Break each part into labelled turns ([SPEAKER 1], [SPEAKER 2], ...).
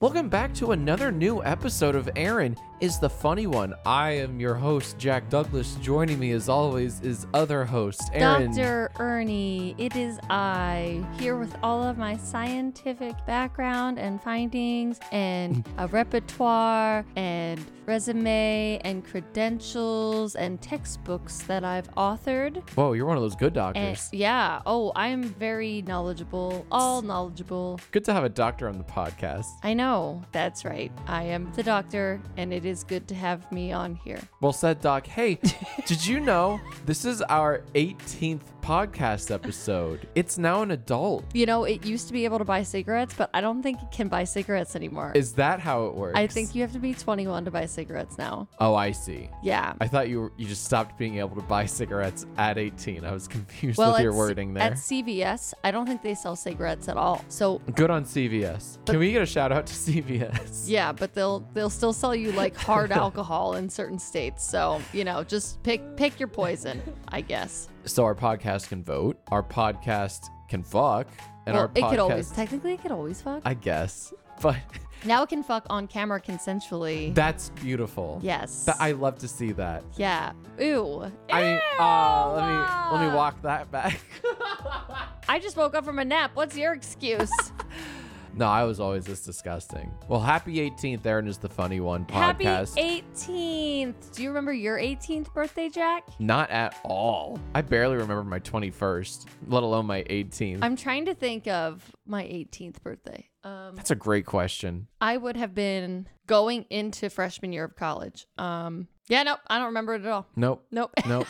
[SPEAKER 1] Welcome back to another new episode of Aaron is the Funny One. I am your host, Jack Douglas. Joining me, as always, is other host, Aaron.
[SPEAKER 2] Dr. Ernie, it is I, here with all of my scientific background and findings and a repertoire and resume and credentials and textbooks that I've authored.
[SPEAKER 1] Whoa, you're one of those good
[SPEAKER 2] And
[SPEAKER 1] doctors.
[SPEAKER 2] yeah, oh, I'm very knowledgeable, all knowledgeable.
[SPEAKER 1] Good to have a doctor on the podcast.
[SPEAKER 2] I know, that's right. I am the doctor, and it is good to have me on here.
[SPEAKER 1] Well said, Doc. Hey, did you know this is our 18th podcast episode? It's now an adult.
[SPEAKER 2] You know, it used to be able to buy cigarettes, but I don't think it can buy cigarettes anymore.
[SPEAKER 1] Is that how it works?
[SPEAKER 2] I think you have to be 21 to buy cigarettes now.
[SPEAKER 1] Oh, I see.
[SPEAKER 2] Yeah.
[SPEAKER 1] I thought you were, you just stopped being able to buy cigarettes at 18. I was confused
[SPEAKER 2] well,
[SPEAKER 1] with
[SPEAKER 2] at
[SPEAKER 1] your
[SPEAKER 2] C-
[SPEAKER 1] wording there.
[SPEAKER 2] At CVS, I don't think they sell cigarettes at all. So
[SPEAKER 1] Good on CVS. Can we get a shout out to CVS?
[SPEAKER 2] yeah, but they'll they'll still sell you like hard alcohol in certain states. So you know, just pick pick your poison, I guess.
[SPEAKER 1] So our podcast can vote, our podcast can fuck, and
[SPEAKER 2] well,
[SPEAKER 1] our
[SPEAKER 2] it
[SPEAKER 1] podcast
[SPEAKER 2] could always technically it could always fuck.
[SPEAKER 1] I guess. But
[SPEAKER 2] now it can fuck on camera consensually.
[SPEAKER 1] that's beautiful.
[SPEAKER 2] yes.
[SPEAKER 1] Th- I love to see that.
[SPEAKER 2] yeah. Oow.
[SPEAKER 1] I mean, uh, let me let me
[SPEAKER 2] Ew.
[SPEAKER 1] walk that back.
[SPEAKER 2] I just woke up from a nap. What's your excuse?
[SPEAKER 1] no, I was always this disgusting. Well, happy 18th, Aaron is the funny one
[SPEAKER 2] Happy
[SPEAKER 1] podcast.
[SPEAKER 2] 18th. Do you remember your 18th birthday, Jack?
[SPEAKER 1] Not at all. I barely remember my 21st, let alone my 18th.
[SPEAKER 2] I'm trying to think of my 18th birthday. Um,
[SPEAKER 1] That's a great question.
[SPEAKER 2] I would have been going into freshman year of college. Um, yeah, nope, I don't remember it at all.
[SPEAKER 1] Nope.
[SPEAKER 2] Nope,
[SPEAKER 1] Nope.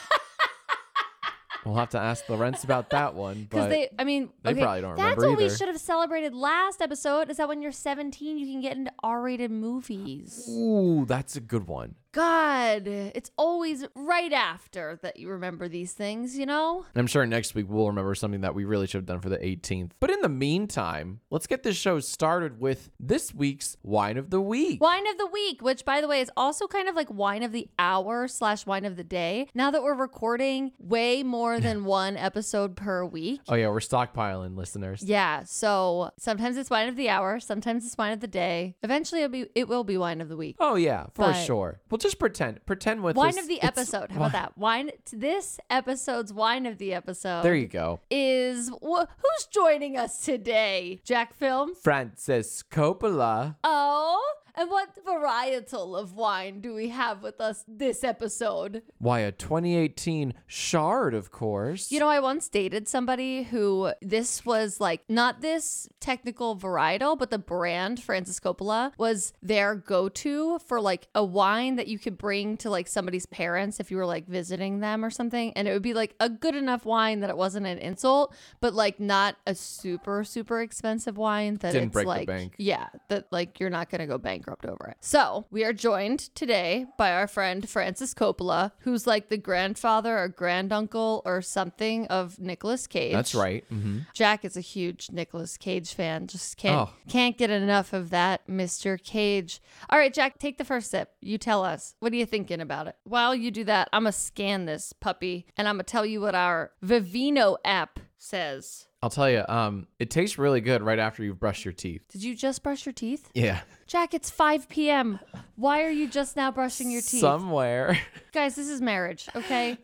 [SPEAKER 1] we'll have to ask Lorenz about that one.
[SPEAKER 2] because
[SPEAKER 1] But
[SPEAKER 2] they, I mean,
[SPEAKER 1] they
[SPEAKER 2] okay,
[SPEAKER 1] probably don't
[SPEAKER 2] that's
[SPEAKER 1] remember
[SPEAKER 2] what we
[SPEAKER 1] either.
[SPEAKER 2] should have celebrated last episode. Is that when you're 17, you can get into R-rated movies.
[SPEAKER 1] ooh, that's a good one.
[SPEAKER 2] God, it's always right after that you remember these things, you know?
[SPEAKER 1] And I'm sure next week we'll remember something that we really should have done for the 18th. But in the meantime, let's get this show started with this week's wine of the week.
[SPEAKER 2] Wine of the week, which by the way is also kind of like wine of the hour slash wine of the day. Now that we're recording way more than one episode per week.
[SPEAKER 1] Oh yeah, we're stockpiling, listeners.
[SPEAKER 2] Yeah, so sometimes it's wine of the hour, sometimes it's wine of the day. Eventually, it'll be it will be wine of the week,
[SPEAKER 1] Oh yeah, for
[SPEAKER 2] But-
[SPEAKER 1] sure. Well, just pretend, pretend with
[SPEAKER 2] wine
[SPEAKER 1] this-
[SPEAKER 2] of the
[SPEAKER 1] it's-
[SPEAKER 2] episode. How about that? Wine. This episode's wine of the episode
[SPEAKER 1] There you go.
[SPEAKER 2] is wh- who's joining us today? Jack Film.
[SPEAKER 1] Francis Coppola.
[SPEAKER 2] Oh, and what varietal of wine do we have with us this episode?
[SPEAKER 1] Why a 2018 shard, of course.
[SPEAKER 2] You know, I once dated somebody who this was like not this technical varietal, but the brand Francis Coppola was their go to for like a wine that you could bring to like somebody's parents if you were like visiting them or something. And it would be like a good enough wine that it wasn't an insult, but like not a super, super expensive wine that
[SPEAKER 1] Didn't
[SPEAKER 2] it's
[SPEAKER 1] break the
[SPEAKER 2] like,
[SPEAKER 1] bank.
[SPEAKER 2] yeah, that like you're not going to go bankrupt over it. So we are joined today by our friend Francis Coppola, who's like the grandfather or granduncle or something of Nicolas Cage.
[SPEAKER 1] that's right. hmm
[SPEAKER 2] Jack is a huge Nicolas Cage fan. Just can't
[SPEAKER 1] Oh.
[SPEAKER 2] can't get enough of that Mr. Cage. All right, Jack, take the first sip. You tell us. What are you thinking about it? While you do that, I'm gonna scan this puppy and I'm gonna tell you what our Vivino app says.
[SPEAKER 1] I'll tell you. Um, it tastes really good right after you've brushed your teeth.
[SPEAKER 2] Did you just brush your teeth?
[SPEAKER 1] Yeah.
[SPEAKER 2] Jack, it's 5 p.m. Why are you just now brushing your teeth?
[SPEAKER 1] Somewhere.
[SPEAKER 2] Guys, this is marriage, okay?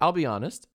[SPEAKER 1] I'll be honest.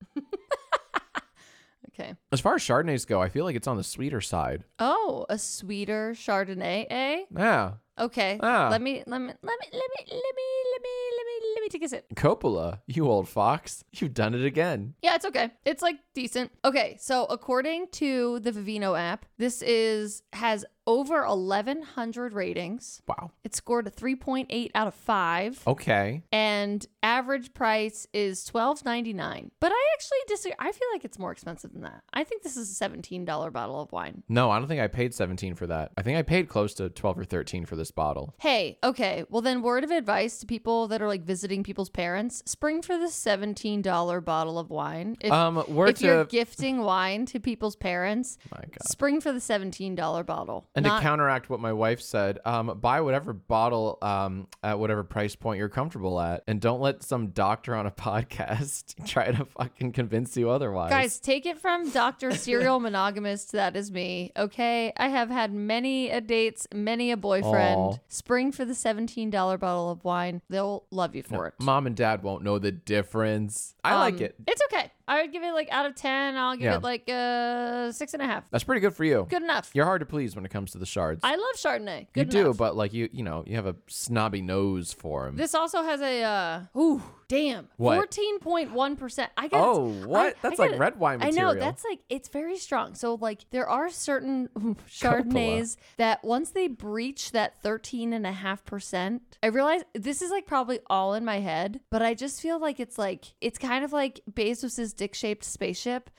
[SPEAKER 2] okay.
[SPEAKER 1] As far as Chardonnays go, I feel like it's on the sweeter side.
[SPEAKER 2] Oh, a sweeter Chardonnay, eh?
[SPEAKER 1] Yeah.
[SPEAKER 2] Okay.
[SPEAKER 1] Ah.
[SPEAKER 2] Let me let me let me let me let me let me let me let me take a sip.
[SPEAKER 1] Coppola, you old fox. You've done it again.
[SPEAKER 2] Yeah, it's okay. It's like decent. Okay, so according to the Vivino app, this is has over 1100 ratings.
[SPEAKER 1] Wow.
[SPEAKER 2] It scored a 3.8 out of 5.
[SPEAKER 1] Okay.
[SPEAKER 2] and average price is twelve ninety nine. But I actually disagree. I feel like it's more expensive than that. I think this is a seventeen dollar bottle of wine.
[SPEAKER 1] No, I don't think I paid 17 for that. I think I paid close to 12 or 13 for this bottle.
[SPEAKER 2] Hey, okay. Well, then, word of advice to people that are like visiting people's parents: spring for the seventeen dollar bottle of wine. If,
[SPEAKER 1] Um, we're
[SPEAKER 2] if you're
[SPEAKER 1] to
[SPEAKER 2] gifting wine to people's parents,
[SPEAKER 1] my god.
[SPEAKER 2] spring for the seventeen dollar bottle.
[SPEAKER 1] And
[SPEAKER 2] Not-
[SPEAKER 1] to counteract what my wife said, um, buy whatever bottle um, at whatever price point you're comfortable at, and don't let some doctor on a podcast try to fucking convince you otherwise.
[SPEAKER 2] Guys, take it from Dr. Serial Monogamist. That is me. Okay. I have had many a dates, many a boyfriend.
[SPEAKER 1] Aw.
[SPEAKER 2] Spring for the $17 bottle of wine. They'll love you for it.
[SPEAKER 1] mom and dad won't know the difference. I like
[SPEAKER 2] Um,
[SPEAKER 1] it.
[SPEAKER 2] It's okay. I would give it like out of 10. I'll give
[SPEAKER 1] Yeah.
[SPEAKER 2] it like uh six and a half.
[SPEAKER 1] That's pretty good for you.
[SPEAKER 2] Good enough.
[SPEAKER 1] You're hard to please when it comes to the shards.
[SPEAKER 2] I love Chardonnay.
[SPEAKER 1] you
[SPEAKER 2] Good
[SPEAKER 1] do,
[SPEAKER 2] enough.
[SPEAKER 1] but like you, you know, you have a snobby nose for him.
[SPEAKER 2] This also has a uh ooh, damn.
[SPEAKER 1] What?
[SPEAKER 2] Fourteen point one percent. I got
[SPEAKER 1] Oh, what? That's like red wine
[SPEAKER 2] I know,
[SPEAKER 1] material.
[SPEAKER 2] that's like it's very strong. So like there are certain Chardonnays that once they breach that thirteen and a half percent, I realize this is like probably all in my head, but I just feel like it's like it's kind of like Bezos's dick shaped spaceship.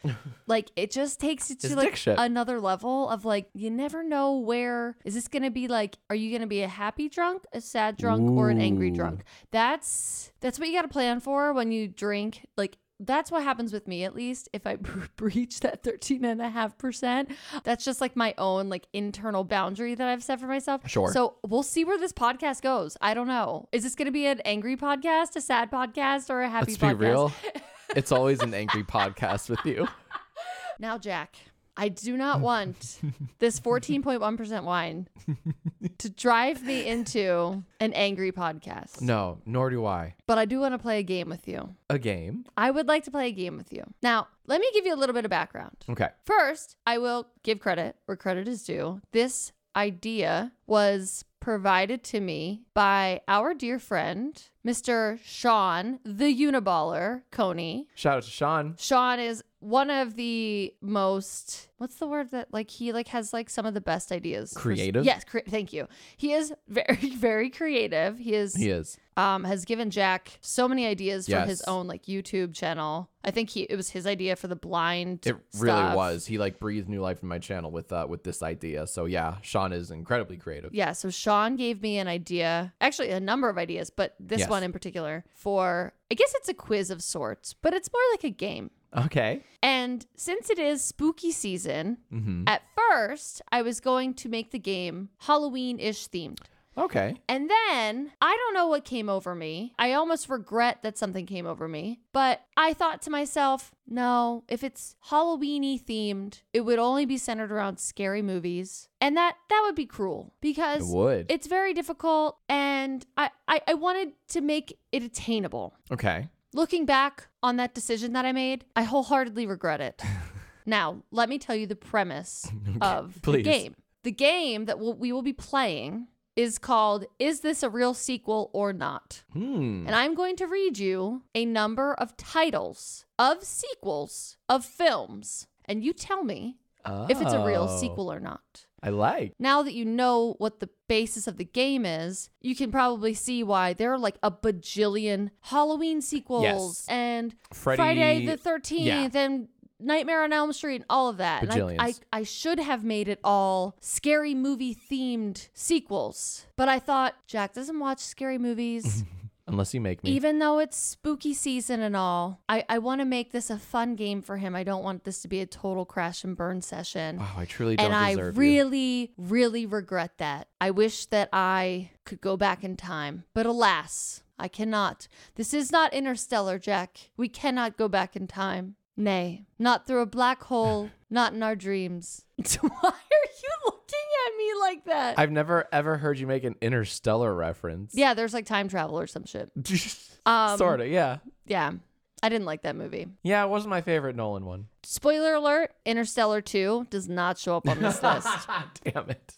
[SPEAKER 2] like it just takes it to
[SPEAKER 1] His dick
[SPEAKER 2] like
[SPEAKER 1] shape.
[SPEAKER 2] another level of like you never know where is this gonna be like are you gonna be a happy drunk a sad drunk or an angry
[SPEAKER 1] Ooh.
[SPEAKER 2] drunk that's that's what you gotta plan for when you drink like that's what happens with me at least if i breach that 13 and a half percent that's just like my own like internal boundary that i've set for myself
[SPEAKER 1] Sure.
[SPEAKER 2] so we'll see where this podcast goes i don't know is this gonna be an angry podcast a sad podcast or a happy
[SPEAKER 1] Let's be
[SPEAKER 2] podcast
[SPEAKER 1] real. It's always an angry podcast with you.
[SPEAKER 2] Now, Jack, I do not want this 14.1% wine to drive me into an angry podcast.
[SPEAKER 1] No, nor do I.
[SPEAKER 2] But I do want to play a game with you.
[SPEAKER 1] A game.
[SPEAKER 2] I would like to play a game with you. Now, let me give you a little bit of background.
[SPEAKER 1] Okay.
[SPEAKER 2] First, I will give credit where credit is due. This idea was provided to me by our dear friend, Mr. Sean, the Uniballer Coney.
[SPEAKER 1] Shout out to Sean.
[SPEAKER 2] Sean is one of the most what's the word that like he like has like some of the best ideas. for-
[SPEAKER 1] Creative?
[SPEAKER 2] yes, cre- thank you. He is very very creative. He is
[SPEAKER 1] He is.
[SPEAKER 2] um has given Jack so many ideas for his
[SPEAKER 1] Yes.
[SPEAKER 2] own like YouTube channel. I think he it was his idea for the blind.
[SPEAKER 1] It really
[SPEAKER 2] stuff.
[SPEAKER 1] was. He like breathed new life in my channel with uh with this idea. So yeah, Sean is incredibly creative.
[SPEAKER 2] Yeah, so Sean gave me an idea, actually a number of ideas, but this
[SPEAKER 1] Yes.
[SPEAKER 2] one in particular for I guess it's a quiz of sorts, but it's more like a game.
[SPEAKER 1] Okay.
[SPEAKER 2] And since it is spooky season,
[SPEAKER 1] hmm
[SPEAKER 2] At first, I was going to make the game Halloween ish themed.
[SPEAKER 1] Okay.
[SPEAKER 2] And then I don't know what came over me. I almost regret that something came over me, but I thought to myself, no, if it's Halloweeny themed, it would only be centered around scary movies. And that that would be cruel
[SPEAKER 1] It
[SPEAKER 2] because
[SPEAKER 1] would.
[SPEAKER 2] it's very difficult and I, I, I wanted to make it attainable.
[SPEAKER 1] okay.
[SPEAKER 2] Looking back on that decision that I made, I wholeheartedly regret it. now, let me tell you the premise of the
[SPEAKER 1] please.
[SPEAKER 2] game. The game that we'll, we will be playing is called Is This a Real Sequel or Not?
[SPEAKER 1] Hmm.
[SPEAKER 2] And I'm going to read you a number of titles of sequels of films, and you tell me if it's a real
[SPEAKER 1] Oh.
[SPEAKER 2] sequel or not.
[SPEAKER 1] I like.
[SPEAKER 2] Now that you know what the basis of the game is, you can probably see why there are like a bajillion Halloween sequels
[SPEAKER 1] Yes.
[SPEAKER 2] and
[SPEAKER 1] Freddy-
[SPEAKER 2] Friday the 13th
[SPEAKER 1] Yeah.
[SPEAKER 2] and Nightmare on Elm Street and all of that. And I, I,
[SPEAKER 1] Bajillions.
[SPEAKER 2] I should have made it all scary movie themed sequels. But I thought Jack doesn't watch scary movies.
[SPEAKER 1] Unless you make me.
[SPEAKER 2] Even though it's spooky season and all, I, I want to make this a fun game for him. I don't want this to be a total crash and burn session
[SPEAKER 1] wow, I truly don't
[SPEAKER 2] and I
[SPEAKER 1] deserve you.
[SPEAKER 2] really, really regret that. I wish that I could go back in time, but alas, I cannot. This is not interstellar, Jack. We cannot go back in time. Nay, not through a black hole, not in our dreams. Why are you looking at me like that?
[SPEAKER 1] I've never ever heard you make an interstellar reference.
[SPEAKER 2] yeah, there's like time travel or some shit.
[SPEAKER 1] um, sort of, yeah.
[SPEAKER 2] Yeah, I didn't like that movie.
[SPEAKER 1] Yeah, it wasn't my favorite Nolan one.
[SPEAKER 2] Spoiler alert Interstellar 2 does not show up on this list.
[SPEAKER 1] Damn it.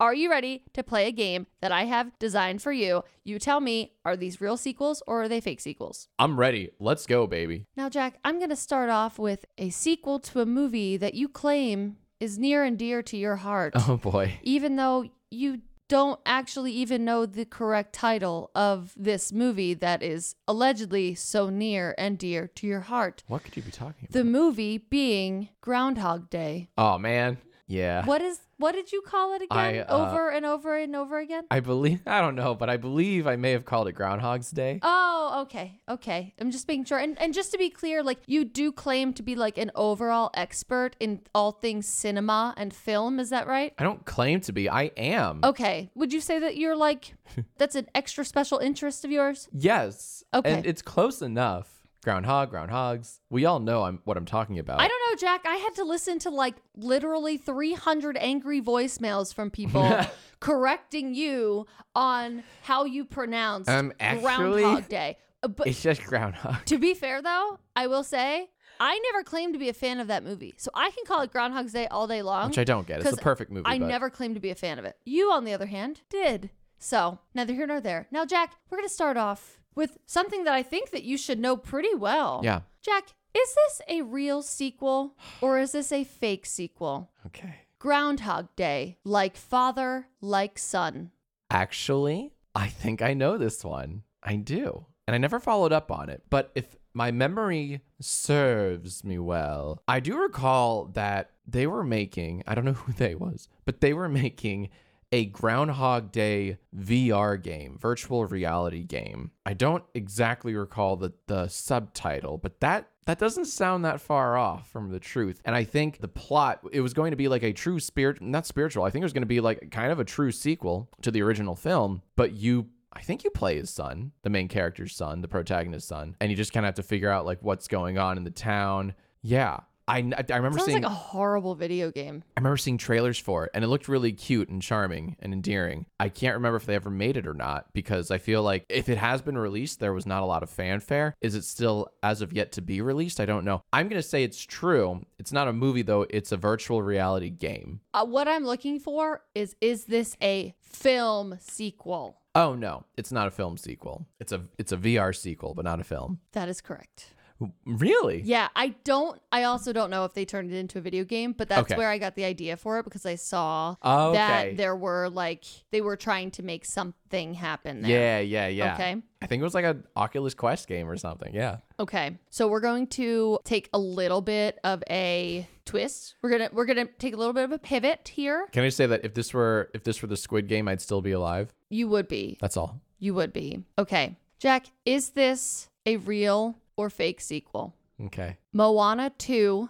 [SPEAKER 2] Are you ready to play a game that I have designed for you? You tell me, are these real sequels or are they fake sequels?
[SPEAKER 1] I'm ready. Let's go, baby.
[SPEAKER 2] Now, Jack, I'm going to start off with a sequel to a movie that you claim is near and dear to your heart,
[SPEAKER 1] Oh boy.
[SPEAKER 2] even though you don't actually even know the correct title of this movie that is allegedly so near and dear to your heart.
[SPEAKER 1] What could you be talking about?
[SPEAKER 2] The movie being Groundhog Day.
[SPEAKER 1] oh man. Yeah.
[SPEAKER 2] What is what did you call it
[SPEAKER 1] I,
[SPEAKER 2] again?
[SPEAKER 1] uh,
[SPEAKER 2] over and over and over again?
[SPEAKER 1] I believe I don't know, but I believe I may have called it Groundhog's Day.
[SPEAKER 2] Oh, okay. Okay. I'm just making sure. And and just to be clear, like you do claim to be like an overall expert in all things cinema and film, is that right?
[SPEAKER 1] I don't claim to be. I am.
[SPEAKER 2] Okay. Would you say that you're like that's an extra special interest of yours?
[SPEAKER 1] Yes.
[SPEAKER 2] Okay.
[SPEAKER 1] And it's close enough. Groundhog, groundhogs. We all know I'm what I'm talking about.
[SPEAKER 2] I don't know, Jack. I had to listen to like literally 300 angry voicemails from people correcting you on how you pronounce
[SPEAKER 1] Um, actually-
[SPEAKER 2] Groundhog Day. Uh, But
[SPEAKER 1] it's just groundhog.
[SPEAKER 2] to be fair, though, I will say I never claimed to be a fan of that movie, so I can call it Groundhog's Day all day long.
[SPEAKER 1] Which I don't get. It's
[SPEAKER 2] 'cause
[SPEAKER 1] the perfect movie.
[SPEAKER 2] I
[SPEAKER 1] but-
[SPEAKER 2] never claimed to be a fan of it. You, on the other hand, did. So neither here nor there. Now, Jack, we're gonna start off with something that I think that you should know pretty well.
[SPEAKER 1] Yeah.
[SPEAKER 2] Jack, is this a real sequel or is this a fake sequel?
[SPEAKER 1] Okay.
[SPEAKER 2] Groundhog Day, like father, like son.
[SPEAKER 1] Actually, I think I know this one. I do. And I never followed up on it. But if my memory serves me well, I do recall that they were making, I don't know who they was, but they were making a Groundhog Day VR game, virtual reality game. I don't exactly recall the, the subtitle, but that that doesn't sound that far off from the truth. And I think the plot, it was going to be like a true spirit, not spiritual. I think it was going to be like kind of a true sequel to the original film, but you. I think you play his son, the main character's son, the protagonist's son, and you just kind of have to figure out like what's going on in the town. Yeah, I, I remember
[SPEAKER 2] Sounds
[SPEAKER 1] seeing
[SPEAKER 2] like a horrible video game.
[SPEAKER 1] I remember seeing trailers for it and it looked really cute and charming and endearing. I can't remember if they ever made it or not because I feel like if it has been released, there was not a lot of fanfare. Is it still as of yet to be released? I don't know. I'm going to say it's true. It's not a movie though, it's a virtual reality game.
[SPEAKER 2] Uh, what I'm looking for is is this a film sequel?
[SPEAKER 1] Oh no, it's not a film sequel. It's a it's a VR sequel, but not a film.
[SPEAKER 2] That is correct.
[SPEAKER 1] Really?
[SPEAKER 2] Yeah, I don't. I also don't know if they turned it into a video game, but that's
[SPEAKER 1] Okay. Oh,
[SPEAKER 2] where I got the idea for it because I saw
[SPEAKER 1] Okay.
[SPEAKER 2] that there were like they were trying to make something happen. There.
[SPEAKER 1] Yeah, yeah, yeah.
[SPEAKER 2] Okay.
[SPEAKER 1] I think it was like an Oculus Quest game or something. Yeah.
[SPEAKER 2] Okay. So we're going to take a little bit of a twist. We're gonna we're gonna take a little bit of a pivot here.
[SPEAKER 1] Can I say that if this were if this were the Squid Game, I'd still be alive?
[SPEAKER 2] You would be.
[SPEAKER 1] That's all.
[SPEAKER 2] You would be. Okay. Jack, is this a real or fake sequel?
[SPEAKER 1] Okay.
[SPEAKER 2] Moana 2.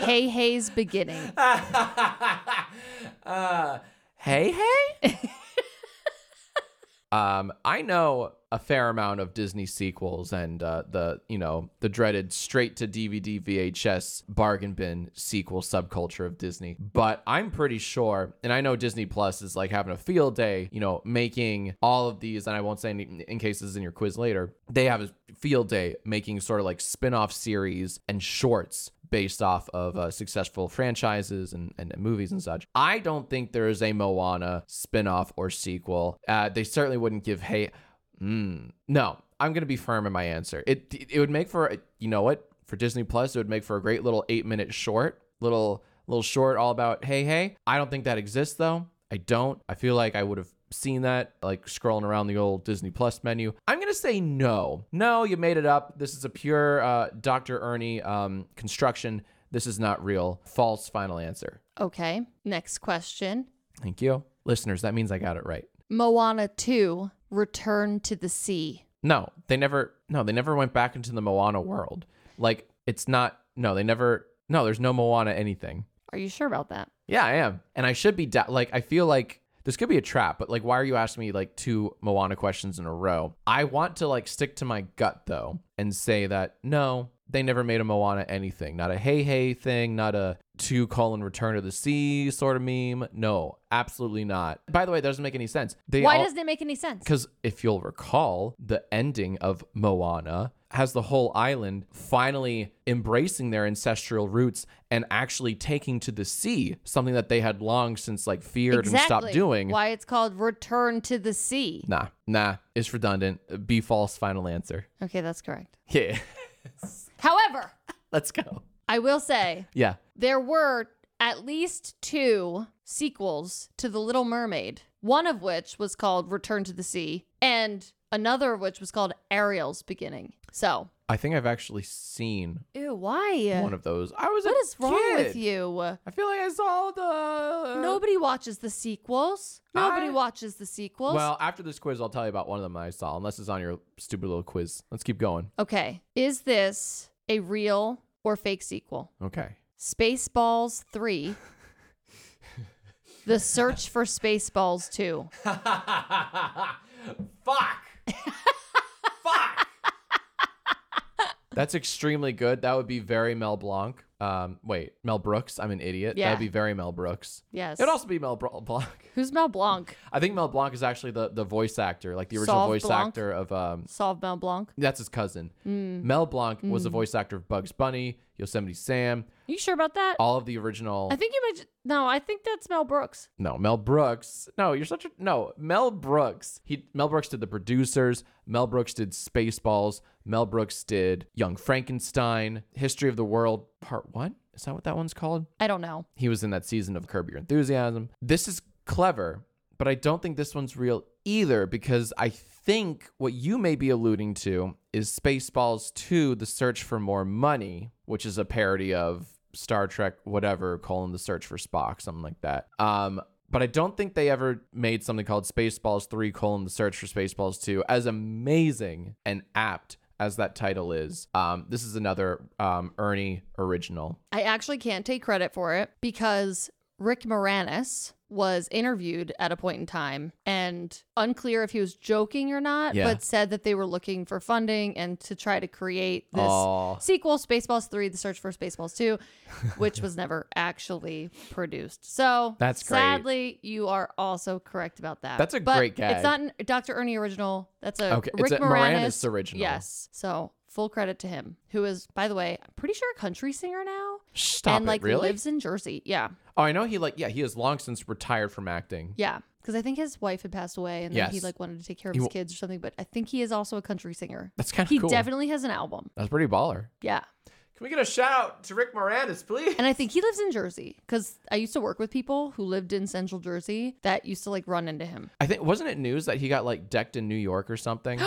[SPEAKER 2] hey Hey's beginning.
[SPEAKER 1] uh, hey, hey. um, I know a fair amount of Disney sequels and uh, the you know the dreaded straight to DVD VHS bargain bin sequel subculture of Disney, but I'm pretty sure, and I know Disney Plus is like having a field day, you know, making all of these, and I won't say any, in case this is in your quiz later. They have a field day making sort of like spin off series and shorts based off of uh, successful franchises and, and movies and such. I don't think there is a Moana spin-off or sequel. Uh, they certainly wouldn't give Hey. Mm, no, I'm gonna be firm in my answer. It it would make for a- you know what for Disney Plus it would make for a great little eight minute short, little little short all about Hey Hey. I don't think that exists though. I don't. I feel like I would have seen that like scrolling around the old Disney Plus menu. I'm gonna say no. No, you made it up. This is a pure uh, Dr. Ernie um, construction. This is not real. False final answer.
[SPEAKER 2] Okay. Next question.
[SPEAKER 1] Thank you. Listeners, that means I got it right.
[SPEAKER 2] Moana 2 Return to the Sea.
[SPEAKER 1] No, they never no, they never went back into the Moana world. Like it's not no, they never no, there's no Moana anything.
[SPEAKER 2] Are you sure about that?
[SPEAKER 1] Yeah, I am. And I should be da- like I feel like this could be a trap, but like why are you asking me like two Moana questions in a row? I want to like stick to my gut though and say that no, they never made a Moana anything. Not a hey hey thing, not a two colon return to the sea sort of meme. No, absolutely not. By the way, that doesn't make any sense. They
[SPEAKER 2] Why
[SPEAKER 1] all-
[SPEAKER 2] doesn't it make any sense?
[SPEAKER 1] because if you'll recall, the ending of Moana has the whole island finally embracing their ancestral roots and actually taking to the sea, something that they had long since like feared and stopped doing.
[SPEAKER 2] Why it's called Return to the Sea.
[SPEAKER 1] Nah, nah, it's redundant. Be false, final answer.
[SPEAKER 2] Okay, that's correct.
[SPEAKER 1] Yeah,
[SPEAKER 2] However,
[SPEAKER 1] let's go.
[SPEAKER 2] I will say
[SPEAKER 1] Yeah.
[SPEAKER 2] there were at least two sequels to The Little Mermaid, one of which was called Return to the Sea, and another of which was called Ariel's Beginning. So
[SPEAKER 1] I think I've actually seen
[SPEAKER 2] Ew, why? Uh,
[SPEAKER 1] one of those. I was
[SPEAKER 2] What
[SPEAKER 1] a
[SPEAKER 2] is wrong with
[SPEAKER 1] kid.
[SPEAKER 2] you?
[SPEAKER 1] I feel like I saw the
[SPEAKER 2] Nobody watches the sequels. Nobody
[SPEAKER 1] I-
[SPEAKER 2] watches the sequels.
[SPEAKER 1] Well, after this quiz, I'll tell you about one of them I saw, unless it's on your stupid little quiz. Let's keep going.
[SPEAKER 2] okay. Is this a real or fake sequel?
[SPEAKER 1] Okay.
[SPEAKER 2] Spaceballs 3. the Search for Spaceballs 2.
[SPEAKER 1] Fuck. Fuck. That's extremely good. That would be very Mel Blanc. Um, wait, Mel Brooks. I'm an idiot.
[SPEAKER 2] Yeah.
[SPEAKER 1] That'd be very Mel Brooks.
[SPEAKER 2] Yes.
[SPEAKER 1] It'd also be Mel Br- Blanc.
[SPEAKER 2] Who's Mel Blanc?
[SPEAKER 1] I think Mel Blanc is actually the, the voice actor, like the original
[SPEAKER 2] Saul
[SPEAKER 1] voice
[SPEAKER 2] Blanc? Hmm.
[SPEAKER 1] actor of um,
[SPEAKER 2] Solve Mel Blanc.
[SPEAKER 1] that's his cousin. Mel Blanc was the voice actor of Bugs Bunny, Yosemite Sam,
[SPEAKER 2] You sure about that?
[SPEAKER 1] all of the original.
[SPEAKER 2] I think you might. No, I think that's Mel Brooks.
[SPEAKER 1] No, Mel Brooks. No, you're such a no. Mel Brooks. He Mel Brooks did the producers. Mel Brooks did Spaceballs. Mel Brooks did Young Frankenstein, History of the World Part One. Is that what that one's called?
[SPEAKER 2] I don't know.
[SPEAKER 1] He was in that season of Curb Your Enthusiasm. This is clever, but I don't think this one's real either because I think what you may be alluding to is Spaceballs 2 The Search for More Money, which is a parody of Star Trek, whatever, colon The Search for Spock, something like that. Um, but I don't think they ever made something called Spaceballs 3 colon The Search for Spaceballs 2 as amazing and apt as that title is. Um, this is another um, Ernie original.
[SPEAKER 2] I actually can't take credit for it because Rick Moranis was interviewed at a point in time and unclear if he was joking or not,
[SPEAKER 1] Yeah.
[SPEAKER 2] but said that they were looking for funding and to try to create this
[SPEAKER 1] Aw.
[SPEAKER 2] sequel, Spaceballs 3, The Search for Spaceballs 2, which was never actually produced. So
[SPEAKER 1] That's great.
[SPEAKER 2] sadly, you are also correct about that.
[SPEAKER 1] That's a
[SPEAKER 2] But
[SPEAKER 1] great gag.
[SPEAKER 2] It's not an Dr. Ernie original. That's a
[SPEAKER 1] Okay, it's
[SPEAKER 2] Rick
[SPEAKER 1] a
[SPEAKER 2] Moranis,
[SPEAKER 1] Moranis original.
[SPEAKER 2] Yes. So full credit to him, who is, by the way, I'm pretty sure a country singer now
[SPEAKER 1] Stop
[SPEAKER 2] and like
[SPEAKER 1] it, really?
[SPEAKER 2] lives in Jersey. Yeah,
[SPEAKER 1] oh, I know he like yeah, he has long since retired from acting.
[SPEAKER 2] yeah. Because I think his wife had passed away, and then he
[SPEAKER 1] Yes.
[SPEAKER 2] like wanted to take care of
[SPEAKER 1] He
[SPEAKER 2] his
[SPEAKER 1] w-
[SPEAKER 2] kids or something. But I think he is also a country singer.
[SPEAKER 1] That's kind
[SPEAKER 2] He
[SPEAKER 1] of cool.
[SPEAKER 2] definitely has an album.
[SPEAKER 1] That's pretty baller.
[SPEAKER 2] Yeah,
[SPEAKER 1] Can we get a shout out to Rick Moranis, please?
[SPEAKER 2] and I think he lives in Jersey because I used to work with people who lived in Central Jersey that used to like run into him.
[SPEAKER 1] I think wasn't it news that he got like decked in New York or something?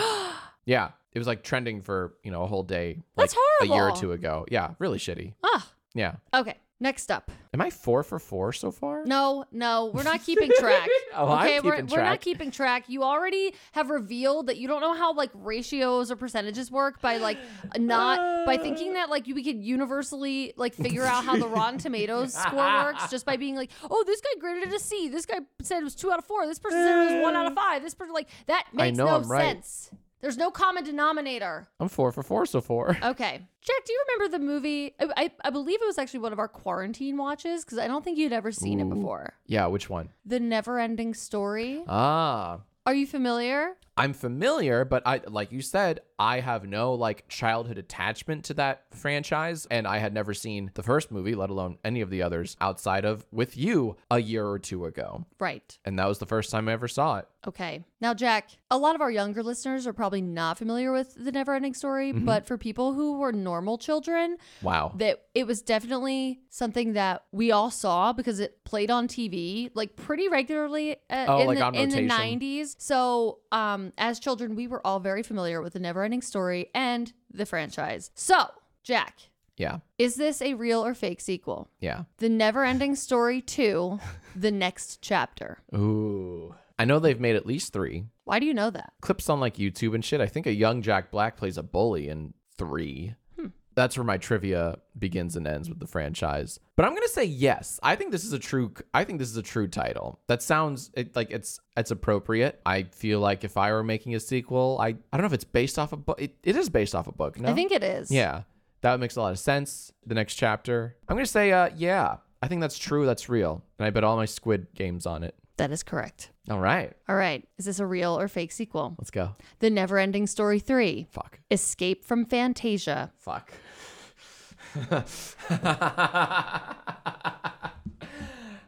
[SPEAKER 1] yeah, it was like trending for you know a whole day. Like,
[SPEAKER 2] That's
[SPEAKER 1] A year or
[SPEAKER 2] horrible.
[SPEAKER 1] two ago. Yeah, really shitty.
[SPEAKER 2] Ah,
[SPEAKER 1] Yeah.
[SPEAKER 2] okay. Next up,
[SPEAKER 1] Am I four for four so far?
[SPEAKER 2] no, no, we're not keeping track.
[SPEAKER 1] Oh, I'm
[SPEAKER 2] okay, we're,
[SPEAKER 1] keeping
[SPEAKER 2] we're not
[SPEAKER 1] track.
[SPEAKER 2] keeping track. You already have revealed that you don't know how like ratios or percentages work by like not by
[SPEAKER 1] Uh.
[SPEAKER 2] thinking that like you, we could universally like figure out how the Rotten Tomatoes score works just by being like, oh, this guy graded it a C. This guy said it was two out of four. This person said it was one out of five. This person like that makes
[SPEAKER 1] Uh. know
[SPEAKER 2] no
[SPEAKER 1] I'm right.
[SPEAKER 2] sense. There's no common denominator.
[SPEAKER 1] I'm four for four so far.
[SPEAKER 2] Okay. Jack, do you remember the movie? I, I, I believe it was actually one of our quarantine watches because I don't think you'd ever seen it before.
[SPEAKER 1] yeah, which one?
[SPEAKER 2] The Never Ending Story.
[SPEAKER 1] Ah.
[SPEAKER 2] Are you familiar?
[SPEAKER 1] I'm familiar, but I like you said, I have no like childhood attachment to that franchise and I had never seen the first movie, let alone any of the others outside of with you a year or two ago.
[SPEAKER 2] Right.
[SPEAKER 1] And that was the first time I ever saw it.
[SPEAKER 2] Okay. Now, Jack, a lot of our younger listeners are probably not familiar with The Never Ending Story, but for people who were normal children,
[SPEAKER 1] Wow.
[SPEAKER 2] that it was definitely something that we all saw because it played on TV like pretty regularly uh,
[SPEAKER 1] Oh,
[SPEAKER 2] in,
[SPEAKER 1] like
[SPEAKER 2] the,
[SPEAKER 1] on
[SPEAKER 2] in the
[SPEAKER 1] rotation.
[SPEAKER 2] 90s. So, um, as children, we were all very familiar with the never ending story and the franchise. So, Jack,
[SPEAKER 1] yeah.
[SPEAKER 2] is this a real or fake sequel?
[SPEAKER 1] Yeah.
[SPEAKER 2] The Never Ending Story 2, The Next Chapter.
[SPEAKER 1] Ooh. I know they've made at least 3
[SPEAKER 2] Why do you know that?
[SPEAKER 1] clips on like YouTube and shit. I think a young Jack Black plays a bully in 3.
[SPEAKER 2] Hmm.
[SPEAKER 1] That's where my trivia begins and ends with the franchise. But I'm going to say yes. I think this is a true I think this is a true title. That sounds it, like it's it's appropriate. I feel like if I were making a sequel, I I don't know if it's based off a book. It, it is based off a book, no?
[SPEAKER 2] I think it is.
[SPEAKER 1] Yeah. That makes a lot of sense. The next chapter. I'm going to say uh yeah. I think that's true. That's real. And I bet all my squid games on it.
[SPEAKER 2] That is correct.
[SPEAKER 1] All right.
[SPEAKER 2] All right. Is this a real or fake sequel?
[SPEAKER 1] Let's go.
[SPEAKER 2] The Never Ending Story 3,
[SPEAKER 1] Fuck.
[SPEAKER 2] Escape from Fantasia.
[SPEAKER 1] Fuck.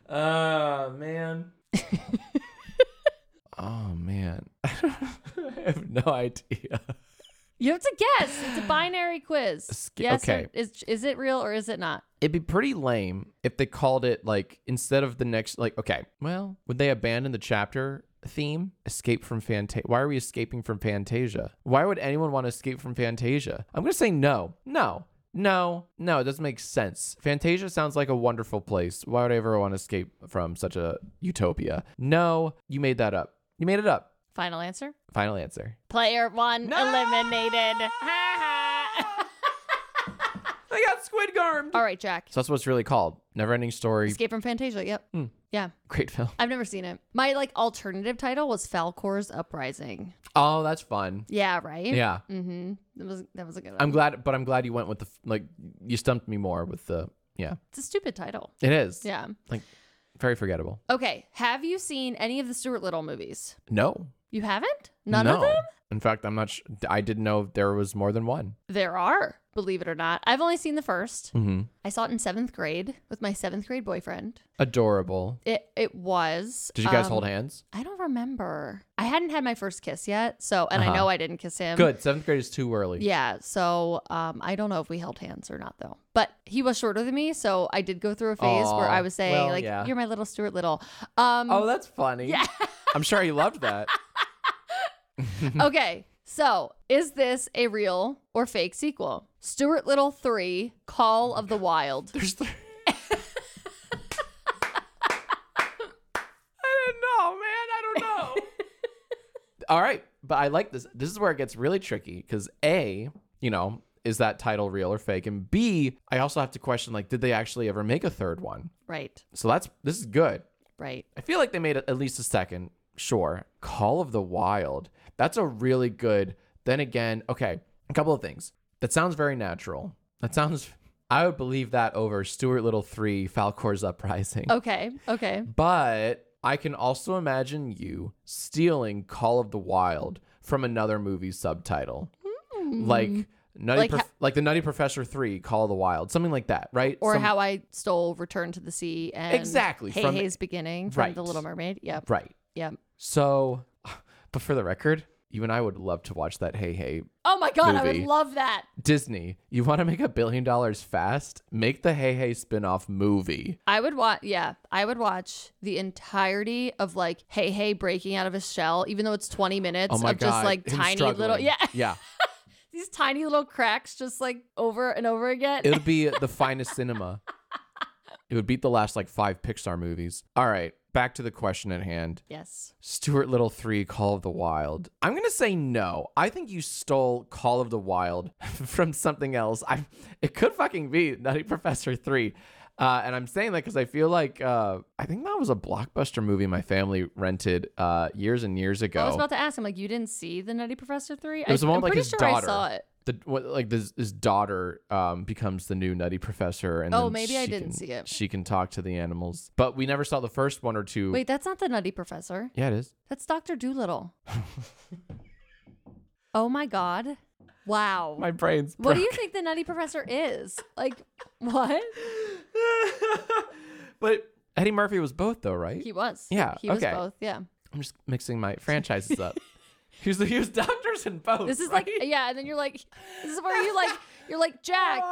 [SPEAKER 1] oh man. oh man. I have no idea.
[SPEAKER 2] You have to guess. It's a binary quiz.
[SPEAKER 1] Esca-
[SPEAKER 2] yes.
[SPEAKER 1] okay.
[SPEAKER 2] Or, is is it real or is it not?
[SPEAKER 1] It'd be pretty lame if they called it like instead of the next like okay, well, would they abandon the chapter theme? Escape from Fantasia. Why are we escaping from Fantasia? Why would anyone want to escape from Fantasia? I'm going to say no. No. No, no, it doesn't make sense. Fantasia sounds like a wonderful place. Why would I ever want to escape from such a utopia? No, you made that up. You made it up.
[SPEAKER 2] Final answer?
[SPEAKER 1] Final answer.
[SPEAKER 2] Player one
[SPEAKER 1] No!
[SPEAKER 2] eliminated.
[SPEAKER 1] I got squid garmed.
[SPEAKER 2] All right, Jack.
[SPEAKER 1] So that's what it's really called. Neverending Story.
[SPEAKER 2] Escape from Fantasia. Yep.
[SPEAKER 1] Hmm.
[SPEAKER 2] Yeah.
[SPEAKER 1] Great film.
[SPEAKER 2] I've never seen it. My like alternative title was Falcor's Uprising.
[SPEAKER 1] Oh, that's fun.
[SPEAKER 2] Yeah, right?
[SPEAKER 1] Yeah.
[SPEAKER 2] Mm-hmm. That was that was a good one.
[SPEAKER 1] I'm glad, but I'm glad you went with the, f- like, you stumped me more with the, yeah.
[SPEAKER 2] it's a stupid title.
[SPEAKER 1] It is.
[SPEAKER 2] Yeah.
[SPEAKER 1] Like, very forgettable.
[SPEAKER 2] Okay. Have you seen any of the Stuart Little movies?
[SPEAKER 1] No.
[SPEAKER 2] You haven't? None
[SPEAKER 1] no.
[SPEAKER 2] of them?
[SPEAKER 1] In fact, I'm not sh- I didn't know there was more than one.
[SPEAKER 2] There are, believe it or not. I've only seen the first.
[SPEAKER 1] Mm-hmm.
[SPEAKER 2] I saw it in seventh grade with my seventh grade boyfriend.
[SPEAKER 1] Adorable.
[SPEAKER 2] It it was.
[SPEAKER 1] Did you guys
[SPEAKER 2] um,
[SPEAKER 1] hold hands?
[SPEAKER 2] I don't remember. I hadn't had my first kiss yet, so and I
[SPEAKER 1] Uh-huh.
[SPEAKER 2] know I didn't kiss him.
[SPEAKER 1] Good. Seventh grade is too early.
[SPEAKER 2] um, Yeah, so um, I don't know if we held hands or not though. But he was shorter than me, so I did go through a phase where
[SPEAKER 1] Aw,
[SPEAKER 2] I was saying
[SPEAKER 1] well,
[SPEAKER 2] like,
[SPEAKER 1] yeah.
[SPEAKER 2] "You're my little Stuart Little." Um,
[SPEAKER 1] Oh, that's funny. Yeah. I'm sure he loved that.
[SPEAKER 2] okay, so is this a real or fake sequel? Stuart Little Three: Call of the Wild.
[SPEAKER 1] There's th- I don't know, man. I don't know. All right, but I like this. This is where it gets really tricky because A, you know, is that title real or fake? And B, I also have to question like, did they actually ever make a third one?
[SPEAKER 2] Right,
[SPEAKER 1] So that's this is good.
[SPEAKER 2] right.
[SPEAKER 1] I feel like they made at least a second. Sure. Call of the Wild. That's a really good. Then again, okay, a couple of things. That sounds very natural. That sounds. I would believe that over Stuart Little 3, Falcor's Uprising.
[SPEAKER 2] Okay, okay.
[SPEAKER 1] But I can also imagine you stealing Call of the Wild from another movie subtitle. Like. Nutty
[SPEAKER 2] Hmm. Like
[SPEAKER 1] Prof-
[SPEAKER 2] ho-
[SPEAKER 1] like the Nutty Professor 3, Call of the Wild, something like that, right?
[SPEAKER 2] Or
[SPEAKER 1] Some-
[SPEAKER 2] how I stole Return to the Sea and
[SPEAKER 1] Exactly,
[SPEAKER 2] Hey
[SPEAKER 1] from-
[SPEAKER 2] Hey's beginning from
[SPEAKER 1] Right.
[SPEAKER 2] The Little Mermaid. Yep,
[SPEAKER 1] Right.
[SPEAKER 2] yep.
[SPEAKER 1] So, but for the record, you and I would love to watch that Hey Hey
[SPEAKER 2] Oh my god, I
[SPEAKER 1] Movie.
[SPEAKER 2] would love that.
[SPEAKER 1] Disney, you want to make a billion dollars fast? Make the Hey Hey spin-off movie.
[SPEAKER 2] I would watch, yeah, I would watch the entirety of like Hey Hey breaking out of his shell, even though it's 20 minutes
[SPEAKER 1] Oh my
[SPEAKER 2] of
[SPEAKER 1] god.
[SPEAKER 2] just like
[SPEAKER 1] him
[SPEAKER 2] tiny little,
[SPEAKER 1] struggling.
[SPEAKER 2] yeah,
[SPEAKER 1] Yeah.
[SPEAKER 2] these tiny little cracks just like over and over again.
[SPEAKER 1] It would be the finest cinema. It would beat the last like 5 Pixar movies. All right, back to the question at hand.
[SPEAKER 2] yes.
[SPEAKER 1] Stuart Little 3 Call of the Wild. I'm going to say no. I think you stole Call of the Wild from something else. I it could fucking be Nutty Professor 3. Uh, and I'm saying that cuz I feel like uh, I think that was a blockbuster movie my family rented uh, years and years ago.
[SPEAKER 2] I was about to ask him, like, you didn't see the Nutty Professor 3?
[SPEAKER 1] It was the
[SPEAKER 2] I,
[SPEAKER 1] one
[SPEAKER 2] I'm
[SPEAKER 1] with, like
[SPEAKER 2] pretty
[SPEAKER 1] his
[SPEAKER 2] sure
[SPEAKER 1] daughter.
[SPEAKER 2] I saw it.
[SPEAKER 1] The what, like this, his daughter um, becomes the new Nutty Professor, and
[SPEAKER 2] Oh,
[SPEAKER 1] then
[SPEAKER 2] maybe I
[SPEAKER 1] she
[SPEAKER 2] didn't
[SPEAKER 1] can-
[SPEAKER 2] see it.
[SPEAKER 1] She can talk to the animals, but we never saw the first one or two.
[SPEAKER 2] Wait, that's not the Nutty Professor.
[SPEAKER 1] yeah, it is.
[SPEAKER 2] That's Dr. Doolittle. oh my god. Wow.
[SPEAKER 1] My brain's.
[SPEAKER 2] what do you think the Nutty Professor is? Like, what?
[SPEAKER 1] but Eddie Murphy was both, though, right?
[SPEAKER 2] He was.
[SPEAKER 1] Yeah,
[SPEAKER 2] He was
[SPEAKER 1] okay.
[SPEAKER 2] both. Yeah.
[SPEAKER 1] I'm just mixing my franchises up. He was, he was doctors in both.
[SPEAKER 2] This is
[SPEAKER 1] right?
[SPEAKER 2] like yeah, and then you're like, this is where you like you're like Jack.